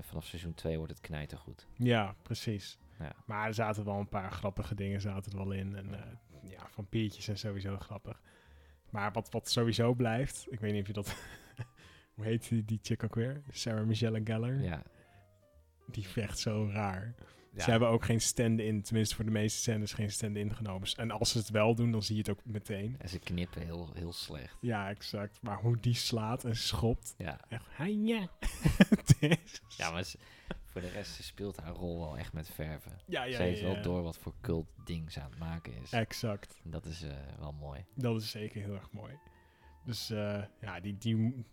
S2: vanaf seizoen 2 wordt het knijtergoed.
S1: ja, precies.
S2: Ja.
S1: Maar er zaten wel een paar grappige dingen zaten er wel in. En eh ja, vampiertjes zijn sowieso grappig. Maar wat, wat sowieso blijft, ik weet niet of je dat... Hoe heet die, die chick ook weer? Sarah Michelle Gellar.
S2: Ja.
S1: Die vecht zo raar.
S2: ja.
S1: Ze hebben ook geen stand-in, tenminste voor de meeste scènes geen stand-in genomen. En als ze het wel doen, dan zie je het ook meteen.
S2: En ze knippen heel, heel slecht.
S1: Ja, exact. Maar hoe die slaat en schopt.
S2: Ja,
S1: Echt, hij ja. Het is-
S2: ja maar ze- voor de rest ze speelt haar rol wel echt met verven.
S1: ja, ja,
S2: ze heeft
S1: ja,
S2: wel
S1: ja.
S2: door wat voor cult ding ze aan het maken is.
S1: Exact.
S2: En dat is eh, wel mooi.
S1: Dat is zeker heel erg mooi. Dus eh, ja, die, die,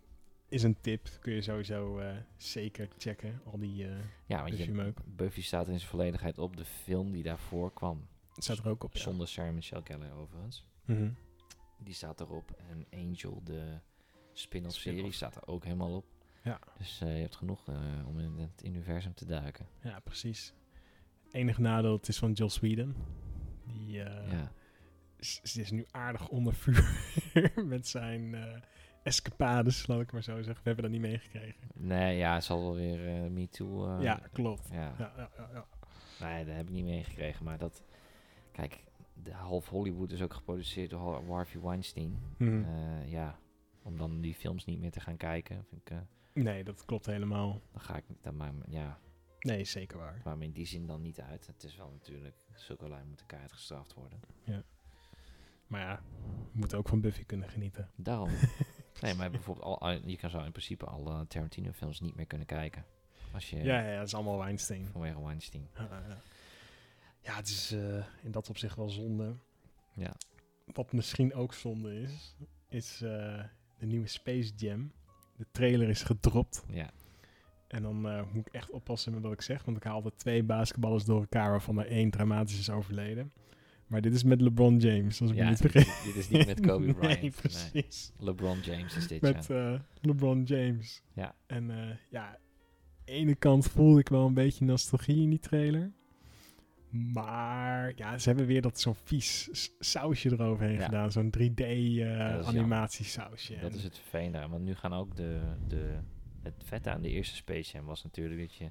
S1: is een tip. Kun je sowieso eh, zeker checken. Al die... eh
S2: Ja, want
S1: dus je
S2: je,
S1: meuk.
S2: Buffy staat in zijn volledigheid op de film die daarvoor kwam.
S1: het staat er ook op. Ja.
S2: Zonder Sarah Michelle Keller overigens.
S1: Mhm.
S2: Die staat erop. En Angel, de spin-off
S1: Spin-off.
S2: serie, staat er ook helemaal op.
S1: Ja.
S2: Dus eh, je hebt genoeg eh, om in het universum te duiken.
S1: ja, precies. Enig nadeel, het is van Joss Whedon. Die eh,
S2: ja.
S1: is, is- is nu aardig onder vuur met zijn eh, escapades, laat ik maar zo zeggen. We hebben dat niet meegekregen.
S2: Nee, ja, het zal wel weer eh Me Too. eh,
S1: ja, klopt.
S2: ja.
S1: Ja, ja, ja, ja.
S2: Nee, dat heb ik niet meegekregen. Maar dat. Kijk, de half Hollywood is ook geproduceerd door Har- Harvey Weinstein.
S1: Mhm.
S2: Eh, ja, om dan die films niet meer te gaan kijken, vind ik, eh,
S1: Nee, dat klopt helemaal.
S2: dan ga ik, dan maak, ik me- ja,
S1: Nee, is zeker waar.
S2: maak me in die zin dan niet uit. Het is wel natuurlijk, zulke lui moeten keihard gestraft worden.
S1: Maar ja, we moeten ook van Buffy kunnen genieten.
S2: Daarom. nee, maar bijvoorbeeld, al, al- je kan zo in principe alle Tarantino films niet meer kunnen kijken. Als je,
S1: Ja, ja, ja, dat is allemaal Weinstein.
S2: vanwege Weinstein.
S1: Ja, ja. Ja, het is eh, in dat opzicht wel zonde.
S2: Ja.
S1: Wat misschien ook zonde is, is eh, de nieuwe Space Jam. De trailer is gedropt.
S2: Ja,
S1: En dan eh, moet ik echt oppassen met wat ik zeg, want ik haalde twee basketballers door elkaar waarvan er één dramatisch is overleden. Maar dit is met LeBron James, als ik
S2: Ja,
S1: me niet
S2: dit-
S1: vergis.
S2: dit is niet met Kobe Bryant,
S1: Nee,
S2: nee.
S1: precies.
S2: LeBron James is dit,
S1: Met
S2: ja.
S1: eh, LeBron James.
S2: Ja.
S1: En eh, ja, aan de ene kant voelde ik wel een beetje nostalgie in die trailer. Maar ja, ze hebben weer dat zo'n vies s- sausje eroverheen
S2: Ja.
S1: gedaan. Zo'n 3D eh,
S2: jammer.
S1: animatiesausje.
S2: Dat
S1: En-
S2: is het vervelende. aan, Want nu gaan ook de, de... Het vette aan de eerste Space Jam was natuurlijk dat je...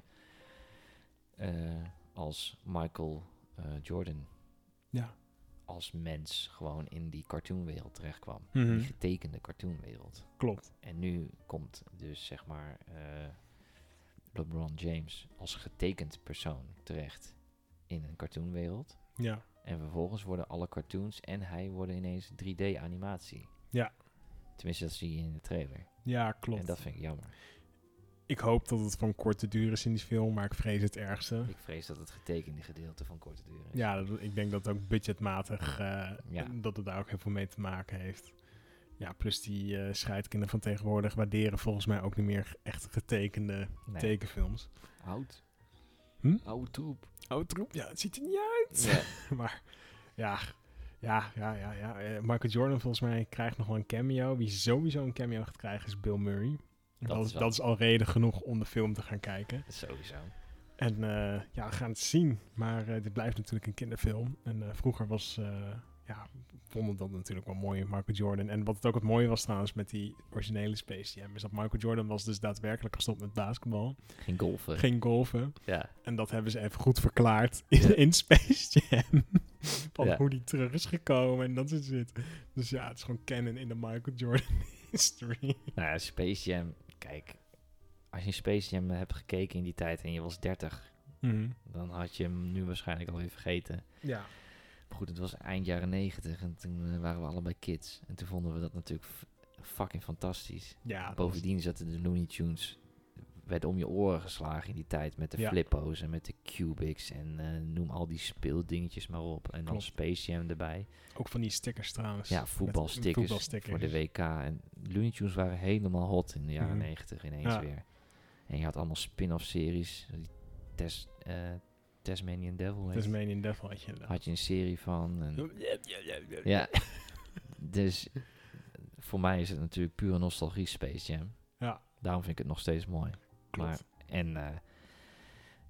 S2: eh, als Michael eh, Jordan
S1: Ja.
S2: als mens gewoon in die cartoonwereld terechtkwam.
S1: Mhm,
S2: Die getekende cartoonwereld.
S1: Klopt.
S2: En nu komt dus zeg maar eh, LeBron James als getekend persoon terecht in een cartoonwereld.
S1: Ja.
S2: En vervolgens worden alle cartoons en hij worden ineens 3D animatie.
S1: Ja.
S2: Tenminste, dat zie je in de trailer.
S1: ja, klopt.
S2: En dat vind ik jammer.
S1: Ik hoop dat het van korte duur is in die film, maar ik vrees het ergste.
S2: Ik vrees dat het getekende gedeelte van korte duur is.
S1: Ja, dat- ik denk dat ook budgetmatig eh,
S2: Ja.
S1: dat het daar ook heel veel mee te maken heeft. Ja, plus die eh scheidkinderen van tegenwoordig waarderen volgens mij ook niet meer echt getekende
S2: Nee.
S1: tekenfilms.
S2: Oud.
S1: Hm?
S2: Oud troep.
S1: Oh, troep. Ja, het ziet er niet uit.
S2: Ja.
S1: Maar ja, ja, ja, ja. ja. Eh, Michael Jordan volgens mij krijgt nog wel een cameo. Wie sowieso een cameo gaat krijgen is Bill Murray. Dat,
S2: is
S1: is,
S2: wel-
S1: dat is al reden genoeg om de film te gaan kijken.
S2: Sowieso.
S1: En eh, ja, we gaan het zien. Maar eh, dit blijft natuurlijk een kinderfilm. En eh, vroeger was, eh ja, vonden we dat natuurlijk wel mooi, Michael Jordan. En wat het ook het mooie was trouwens met die originele Space Jam, is dat Michael Jordan was dus daadwerkelijk gestopt met basketbal.
S2: Geen golfen.
S1: Ging golven.
S2: Ja.
S1: En dat hebben ze even goed verklaard in, in Space Jam. Van
S2: Ja.
S1: hoe die terug is gekomen en dat is het. Dus ja, het is gewoon canon in de Michael Jordan history.
S2: Nou ja, Space Jam. Kijk, als je Space Jam hebt gekeken in die tijd en je was 30, dan had je hem nu waarschijnlijk alweer vergeten.
S1: Ja.
S2: Maar goed, het was eind jaren 90 en toen eh, waren we allebei kids. En toen vonden we dat natuurlijk f- fucking fantastisch.
S1: Ja, dus dat was-
S2: Bovendien zaten de Looney Tunes. werd om je oren geslagen in die tijd met de
S1: Ja.
S2: flippo's en met de cubics en eh, noem al die speeldingetjes maar op. En dan
S1: Klopt.
S2: Space Jam erbij.
S1: ook van die stickers trouwens.
S2: Ja,
S1: Met-
S2: voetbalstickers,
S1: voetbalstickers.
S2: voor de WK. En Looney Tunes waren helemaal hot in de jaren
S1: Mhm.
S2: 90 ineens
S1: Ja.
S2: weer. En je had allemaal spin-off series. Die Tes, eh, Tasmanian Devil heet-
S1: Tasmanian Devil had je inderdaad.
S2: had je een serie van. En,
S1: Ja.
S2: Ah, ja, dus voor mij is het natuurlijk pure nostalgie Space Jam.
S1: Ja.
S2: Daarom vind ik het nog steeds mooi.
S1: Klopt.
S2: Maar, en eh,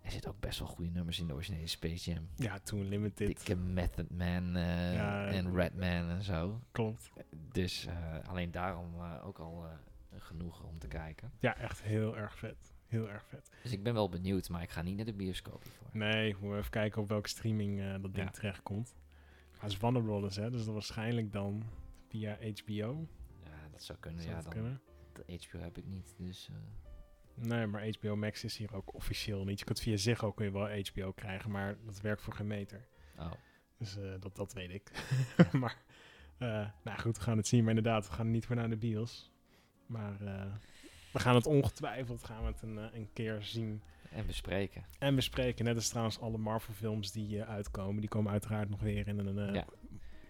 S2: er zitten ook best wel goede nummers in de originele Space Jam.
S1: Ja, toen Limited.
S2: Dikke Method Man eh,
S1: Ja,
S2: en Redman en zo.
S1: Klopt.
S2: Dus eh, alleen daarom eh, ook al eh, genoeg om te kijken.
S1: Ja, echt heel erg vet. Heel erg vet.
S2: Dus ik ben wel benieuwd, maar ik ga niet naar de bioscoop hiervoor.
S1: Nee, moeten we even kijken op welke streaming eh, dat ding
S2: Ja.
S1: terechtkomt. Maar het is Warner Brothers, hè. Dus dat waarschijnlijk dan via HBO.
S2: Ja, dat zou kunnen.
S1: Zou
S2: ja,
S1: dat
S2: dan,
S1: kunnen?
S2: de HBO heb ik niet, dus... eh,
S1: Nee, maar HBO Max is hier ook officieel niet. Je kunt via Ziggo kun je wel HBO krijgen, maar dat werkt voor geen meter.
S2: oh,
S1: Dus eh, dat, dat weet ik. maar, eh, nou goed, we gaan het zien. Maar inderdaad, we gaan er niet voor naar de bios. Maar eh, we gaan het ongetwijfeld gaan we het een, eh, een keer zien.
S2: en bespreken.
S1: En bespreken, net als trouwens alle Marvel-films die eh, uitkomen. Die komen uiteraard nog weer in een eh,
S2: Ja.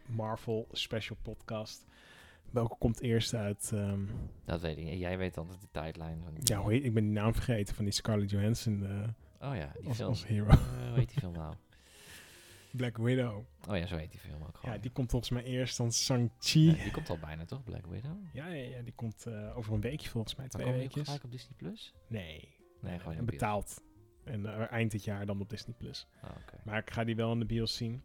S1: Marvel-special podcast. welke komt eerst uit... ehm,
S2: Dat weet ik. niet. Jij weet altijd de tijdlijn. Van die-
S1: ja, hoe heet- ik ben die naam vergeten van die Scarlett Johansson eh,
S2: Oh ja, die
S1: als,
S2: film.
S1: als hero.
S2: Eh, hoe heet die film nou?
S1: Black Widow.
S2: Oh ja, zo heet die film ook gewoon.
S1: Ja, die komt volgens mij eerst dan Shang-Chi.
S2: Ja, die komt al bijna toch, Black Widow?
S1: Ja, ja, ja, die komt eh, over een weekje volgens mij,
S2: Maar
S1: twee
S2: komen die ook
S1: weekjes.
S2: gelijk op Disney Plus?
S1: Nee,
S2: Nee, gewoon in
S1: en
S2: de bios.
S1: betaald. En eh, eind dit jaar dan op Disney+. Plus.
S2: Oh, oké.
S1: Maar ik ga die wel in de bios zien.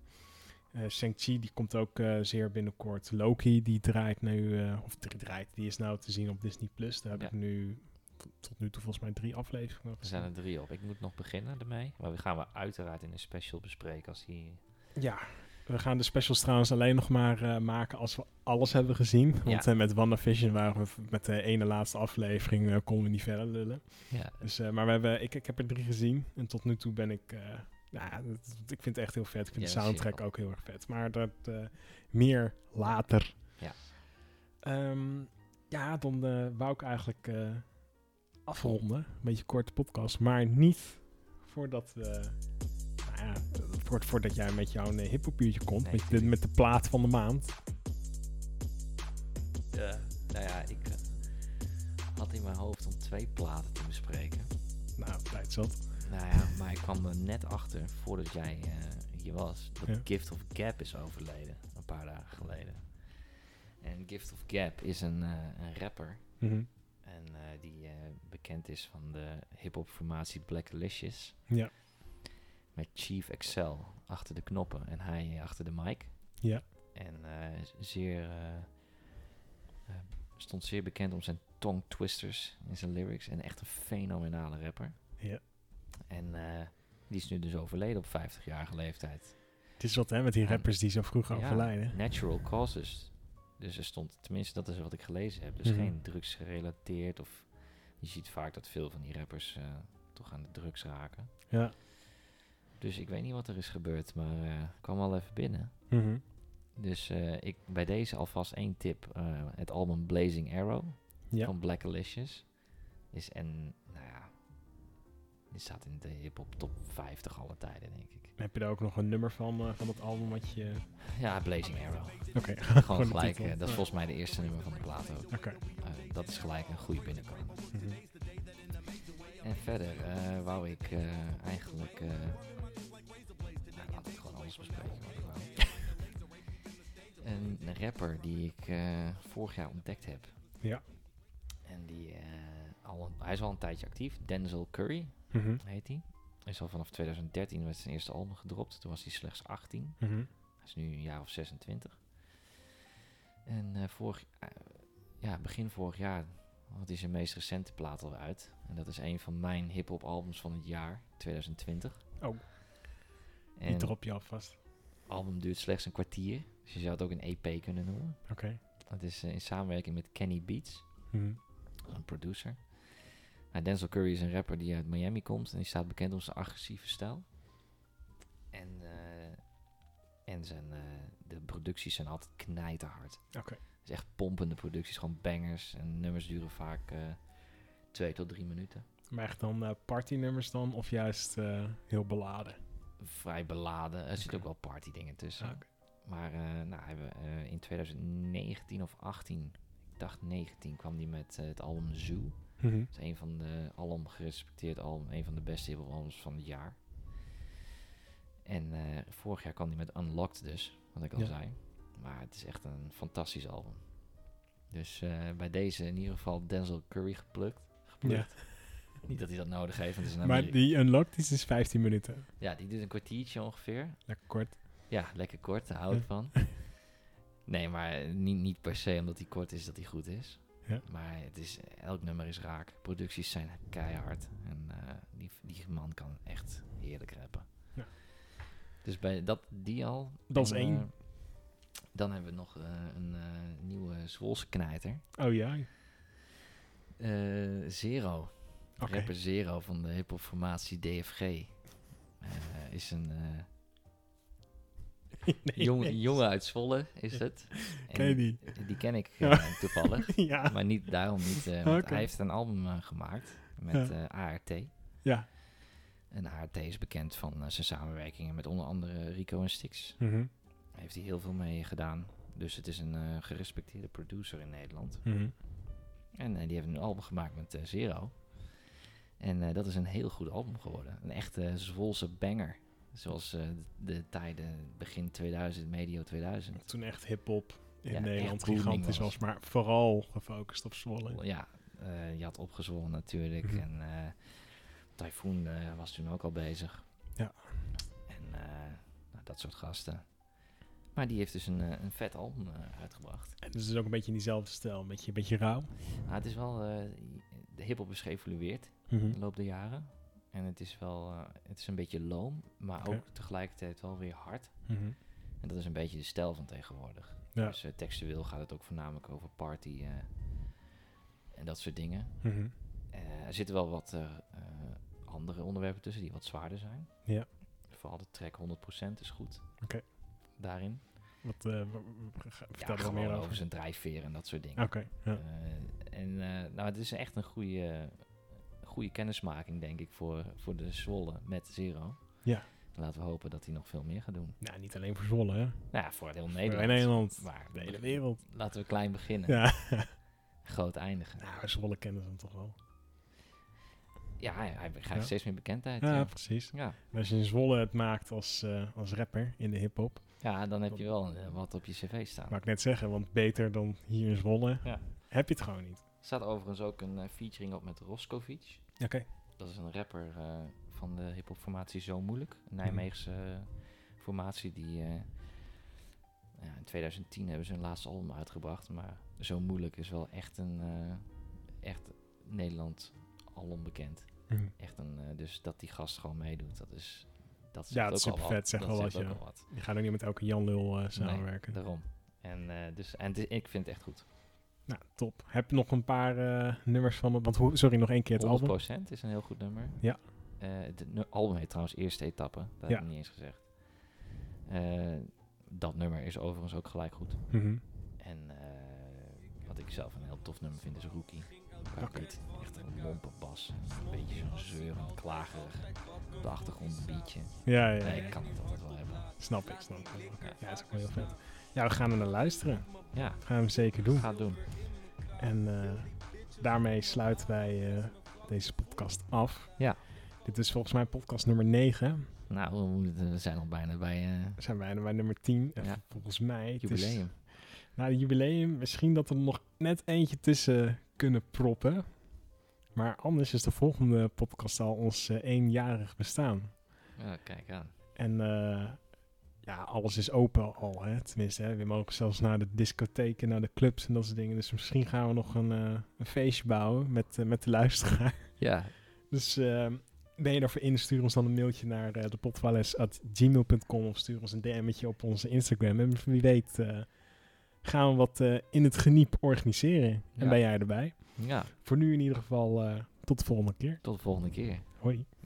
S1: Eh Shang-Chi, die komt ook eh, zeer binnenkort. Loki, die draait nu, eh, of die draait, die is nou te zien op Disney+. Plus. Daar heb
S2: Ja.
S1: ik nu t- tot nu toe volgens mij drie afleveringen
S2: Er
S1: van
S2: zijn
S1: gezien.
S2: er drie op. Ik moet nog beginnen ermee. Maar we gaan we uiteraard in een special bespreken als die...
S1: Ja, we gaan de specials trouwens alleen nog maar eh, maken als we alles hebben gezien. Want eh, met WandaVision waren we v- met de ene laatste aflevering, eh, konden we niet verder lullen.
S2: Ja,
S1: Dus, eh, maar we hebben, ik, ik heb er drie gezien. En tot nu toe ben ik... eh, ja, dat- ik vind het echt heel vet. Ik vind
S2: Ja,
S1: de
S2: dat zie ik
S1: soundtrack
S2: wel.
S1: ook heel erg vet. Maar dat eh, meer later.
S2: Ja.
S1: Ehm, ja, dan eh, wou ik eigenlijk eh, afronden. Een beetje een korte podcast. Maar niet voordat we... Nou ja, voort- voordat jij met jouw eh, hiphopbiertje komt.
S2: Nee,
S1: met, de,
S2: tuurlijk.
S1: met de plaat van de maand.
S2: Ja, nou ja, ik eh, had in mijn hoofd om twee platen te bespreken.
S1: Nou, tijd zat.
S2: Nou ja, maar ik kwam er net achter, voordat jij eh, hier was, dat
S1: Ja.
S2: Gift of Gap is overleden. Een paar dagen geleden. En Gift of Gap is een, eh, een rapper.
S1: Mhm.
S2: En eh, die eh, bekend is van de hip-hop formatie Blacklicious.
S1: Ja.
S2: Met Chief Excel achter de knoppen en hij eh, achter de mic.
S1: Ja.
S2: En eh, is zeer, eh, eh, stond zeer bekend om zijn tongue twisters in zijn lyrics. En echt een fenomenale rapper.
S1: Ja.
S2: En eh, die is nu dus overleden op 50-jarige leeftijd.
S1: Het is wat hè, met die
S2: Ja.
S1: rappers die zo vroeg
S2: Ja,
S1: overlijden.
S2: Natural causes. Dus er stond, tenminste dat is wat ik gelezen heb. Dus
S1: Mhm.
S2: geen drugs gerelateerd. Of je ziet vaak dat veel van die rappers eh, toch aan de drugs raken.
S1: Ja.
S2: Dus ik weet niet wat er is gebeurd, maar eh, ik kwam al even binnen.
S1: Mhm.
S2: Dus eh, ik, bij deze alvast één tip. eh, het album Blazing Arrow
S1: Ja.
S2: van Black Alicious is en, nou ja, die staat in de hip-hop top 50 alle tijden, denk ik.
S1: Heb je daar ook nog een nummer van, eh, van dat album wat je...
S2: Ja, Blazing Arrow.
S1: Oké,
S2: Gewoon
S1: de
S2: gelijk,
S1: titel.
S2: eh, dat
S1: Ja.
S2: is volgens mij de eerste nummer van de plaat ook.
S1: Oké.
S2: Eh, dat is gelijk een goede binnenkomen.
S1: Mhm.
S2: En verder eh, wou ik eh, eigenlijk. eh, nou, laat ik gewoon alles bespreken. Wat ik wou. een rapper die ik eh, vorig jaar ontdekt heb.
S1: Ja.
S2: En die. eh, al een- hij is al een tijdje actief. Denzel Curry
S1: Mhm.
S2: heet hij. Hij is al vanaf 2013 met zijn eerste album gedropt. Toen was hij slechts 18.
S1: Mhm.
S2: Hij is nu een jaar of 26. En eh, vorig, eh, ja, begin vorig jaar had hij zijn meest recente plaat al uit. En dat is een van mijn hip-hop albums van het jaar 2020.
S1: Oh. Die
S2: En het
S1: drop je alvast.
S2: album duurt slechts een kwartier. Dus je zou het ook een EP kunnen noemen.
S1: Oké.
S2: Dat is eh, in samenwerking met Kenny Beats,
S1: Mhm.
S2: een producer. Nou, Denzel Curry is een rapper die uit Miami komt. En die staat bekend om zijn agressieve stijl. En, eh, en zijn, eh, de producties zijn altijd knijterhard.
S1: Oké.
S2: Het is echt pompende producties, gewoon bangers. En nummers duren vaak eh, twee tot drie minuten.
S1: Maar echt dan eh, partynummers dan of juist eh, heel beladen?
S2: Vrij beladen. Er zitten
S1: Oké.
S2: ook wel party dingen tussen.
S1: Ah, oké.
S2: Maar eh, nou, hij we- eh, in 2019 of 18, ik dacht 19, kwam hij met eh, het album Zoo.
S1: Mhm.
S2: Dat is een van de alom gerespecteerd album, een van de beste hip albums van het jaar. En eh, vorig jaar kwam hij met Unlocked dus, wat ik al
S1: Ja.
S2: zei. Maar het is echt een fantastisch album. Dus eh, bij deze in ieder geval Denzel Curry geplukt. geplukt. Niet dat hij dat nodig heeft, want het is een
S1: Maar
S2: Ameri-
S1: die Unlocked is dus 15 minuten.
S2: Ja, die doet een kwartiertje ongeveer.
S1: Lekker kort.
S2: Ja, lekker kort, daar hou ik
S1: Ja.
S2: van. Nee, maar niet, niet per se omdat hij kort is dat hij goed is.
S1: Ja.
S2: Maar het is, elk nummer is raak. Producties zijn keihard. En eh, die, die man kan echt heerlijk rappen.
S1: Ja.
S2: Dus bij dat, die al.
S1: Dat is
S2: En,
S1: één.
S2: eh, dan hebben we nog eh, een eh, nieuwe Zwolse knijter.
S1: Oh ja? Oké.
S2: Eh, Zero. Rapper Zero van de hip-hop formatie DFG. Eh, is een eh,
S1: Nee,
S2: jongen,
S1: nee.
S2: jongen uit Zwolle, is het.
S1: Ken je
S2: En-
S1: die?
S2: die ken ik
S1: Ja.
S2: eh, toevallig.
S1: ja.
S2: Maar niet, daarom niet. eh, want
S1: Oké.
S2: Hij heeft een album eh, gemaakt met eh, ART.
S1: Ja.
S2: En ART is bekend van eh, zijn samenwerkingen met onder andere Rico en Stix.
S1: Mhm.
S2: Daar heeft hij heel veel mee gedaan. Dus het is een eh, gerespecteerde producer in Nederland.
S1: Mhm.
S2: En eh, die hebben een album gemaakt met eh, Zero. En eh, dat is een heel goed album geworden. Een echte Zwolse banger. Zoals eh, de tijden begin 2000, medio 2000.
S1: Toen echt hip-hop in
S2: Ja,
S1: Nederland
S2: echt booming
S1: gigantisch was.
S2: was.
S1: maar vooral gefocust op Zwolle.
S2: Ja, eh, je had opgezwollen natuurlijk.
S1: Mhm.
S2: En eh Typhoon eh, was toen ook al bezig.
S1: Ja.
S2: En eh, nou, dat soort gasten. Maar die heeft dus een, eh, een vet album eh, uitgebracht.
S1: En dus het is ook een beetje in diezelfde stijl, een beetje, een beetje rauw.
S2: Maar het is wel, eh, de hiphop is geëvolueerd.
S1: Mhm.
S2: in de loop der jaren. En het is wel, eh, het is een beetje loom, maar
S1: Oké.
S2: ook tegelijkertijd wel weer hard.
S1: Mhm.
S2: En dat is een beetje de stijl van tegenwoordig.
S1: Ja.
S2: Dus eh, textueel gaat het ook voornamelijk over party eh, en dat soort dingen.
S1: Mhm.
S2: Eh, er zitten wel wat eh, eh, andere onderwerpen tussen die wat zwaarder zijn.
S1: Ja.
S2: Vooral de track 100% is goed.
S1: Oké.
S2: daarin.
S1: Wat, eh, w- w- ga- vertel
S2: Ja,
S1: er wat
S2: gewoon
S1: meer
S2: over
S1: over.
S2: zijn drijfveer en dat soort dingen.
S1: Oké, ja.
S2: Eh, en eh, nou, het is echt een goede, goede kennismaking, denk ik, voor, voor de Zwolle met Zero.
S1: Ja.
S2: Laten we hopen dat hij nog veel meer gaat doen.
S1: Nou, niet alleen voor Zwolle, hè.
S2: Nou, ja, voor het heel
S1: Voor
S2: Nederland.
S1: Nederland.
S2: Maar
S1: De hele wereld.
S2: Laten we klein beginnen,
S1: Ja.
S2: groot eindigen.
S1: nou, Zwolle kennen ze hem toch wel.
S2: Ja, hij, hij krijgt
S1: Ja.
S2: steeds meer bekendheid.
S1: Ja,
S2: Ja.
S1: precies.
S2: Ja.
S1: En als je in Zwolle het maakt als, eh, als rapper in de hip-hop,
S2: ja, dan heb je wel eh, wat op je cv staan.
S1: mag ik net zeggen, want beter dan hier in Zwolle
S2: Ja.
S1: heb je het gewoon niet.
S2: Er staat overigens ook een eh, featuring op met Roskovic.
S1: Oké.
S2: Dat is een rapper eh, van de hip-hop formatie Zo Moeilijk.
S1: Mhm.
S2: Een Nijmeegse eh, formatie die. eh, ja, in 2010 hebben ze hun laatste album uitgebracht. Maar Zo Moeilijk is wel echt een. eh, echt Nederland al onbekend.
S1: Hm.
S2: Echt een, eh, dus dat die gast gewoon meedoet, dat is. Dat zegt
S1: dat is
S2: ook al
S1: supervet,
S2: wat.
S1: zegt
S2: Dat
S1: wel
S2: zegt
S1: wat,
S2: ook
S1: ja.
S2: al wat.
S1: Je gaat ook niet met elke Jan Lul eh, samenwerken.
S2: Daarom. En, eh, dus, en het is- ik vind het echt goed.
S1: Nou, top. Heb je nog een paar eh, nummers van hem? Want hoe, sorry, nog één keer het
S2: 100%
S1: album.
S2: is een heel goed nummer.
S1: Ja.
S2: Eh, het nu- album heet trouwens Eerste Etappe. Dat
S1: Ja.
S2: heb ik niet eens gezegd. Eh, dat nummer is overigens ook gelijk goed.
S1: Mhm.
S2: En eh, wat ik zelf een heel tof nummer vind is Rookie. Waar ik dit echt een lompe bas. Een beetje zo'n zeurend, klagerig. Op de achtergrond een beatje.
S1: Ja, ja, ja.
S2: Nee, ik kan het altijd wel hebben.
S1: Snap ik, snap ik. Ja, dat is ook wel heel vet. Ja, we gaan er naar luisteren.
S2: Ja,
S1: We gaan hem zeker doen.
S2: ga het doen.
S1: En eh, daarmee sluiten wij eh, deze podcast af.
S2: Ja.
S1: Dit is volgens mij podcast nummer 9.
S2: Nou, we, moeten- we zijn al bijna bij eh
S1: We zijn bijna bij nummer 10. En
S2: Ja.
S1: volgens mij... het is-
S2: jubileum.
S1: na het jubileum, misschien dat we er nog net eentje tussen kunnen proppen. Maar anders is de volgende podcast al ons eh, eenjarig bestaan.
S2: Ja, kijk aan.
S1: En eh, ja, alles is open al, hè? Tenminste, hè? we mogen zelfs naar de discotheken, naar de clubs en dat soort dingen. Dus misschien gaan we nog een, eh, een feestje bouwen met, eh, met de luisteraar.
S2: Ja,
S1: Dus eh, ben je daarvoor in, stuur ons dan een mailtje naar uh, depotwales.gmail.com of stuur ons een DM'tje op onze Instagram. En wie weet eh, gaan we wat eh, in het geniep organiseren. En
S2: Ja.
S1: ben jij erbij.
S2: ja.
S1: Voor nu in ieder geval eh, tot de volgende keer.
S2: Tot de volgende keer.
S1: Hoi.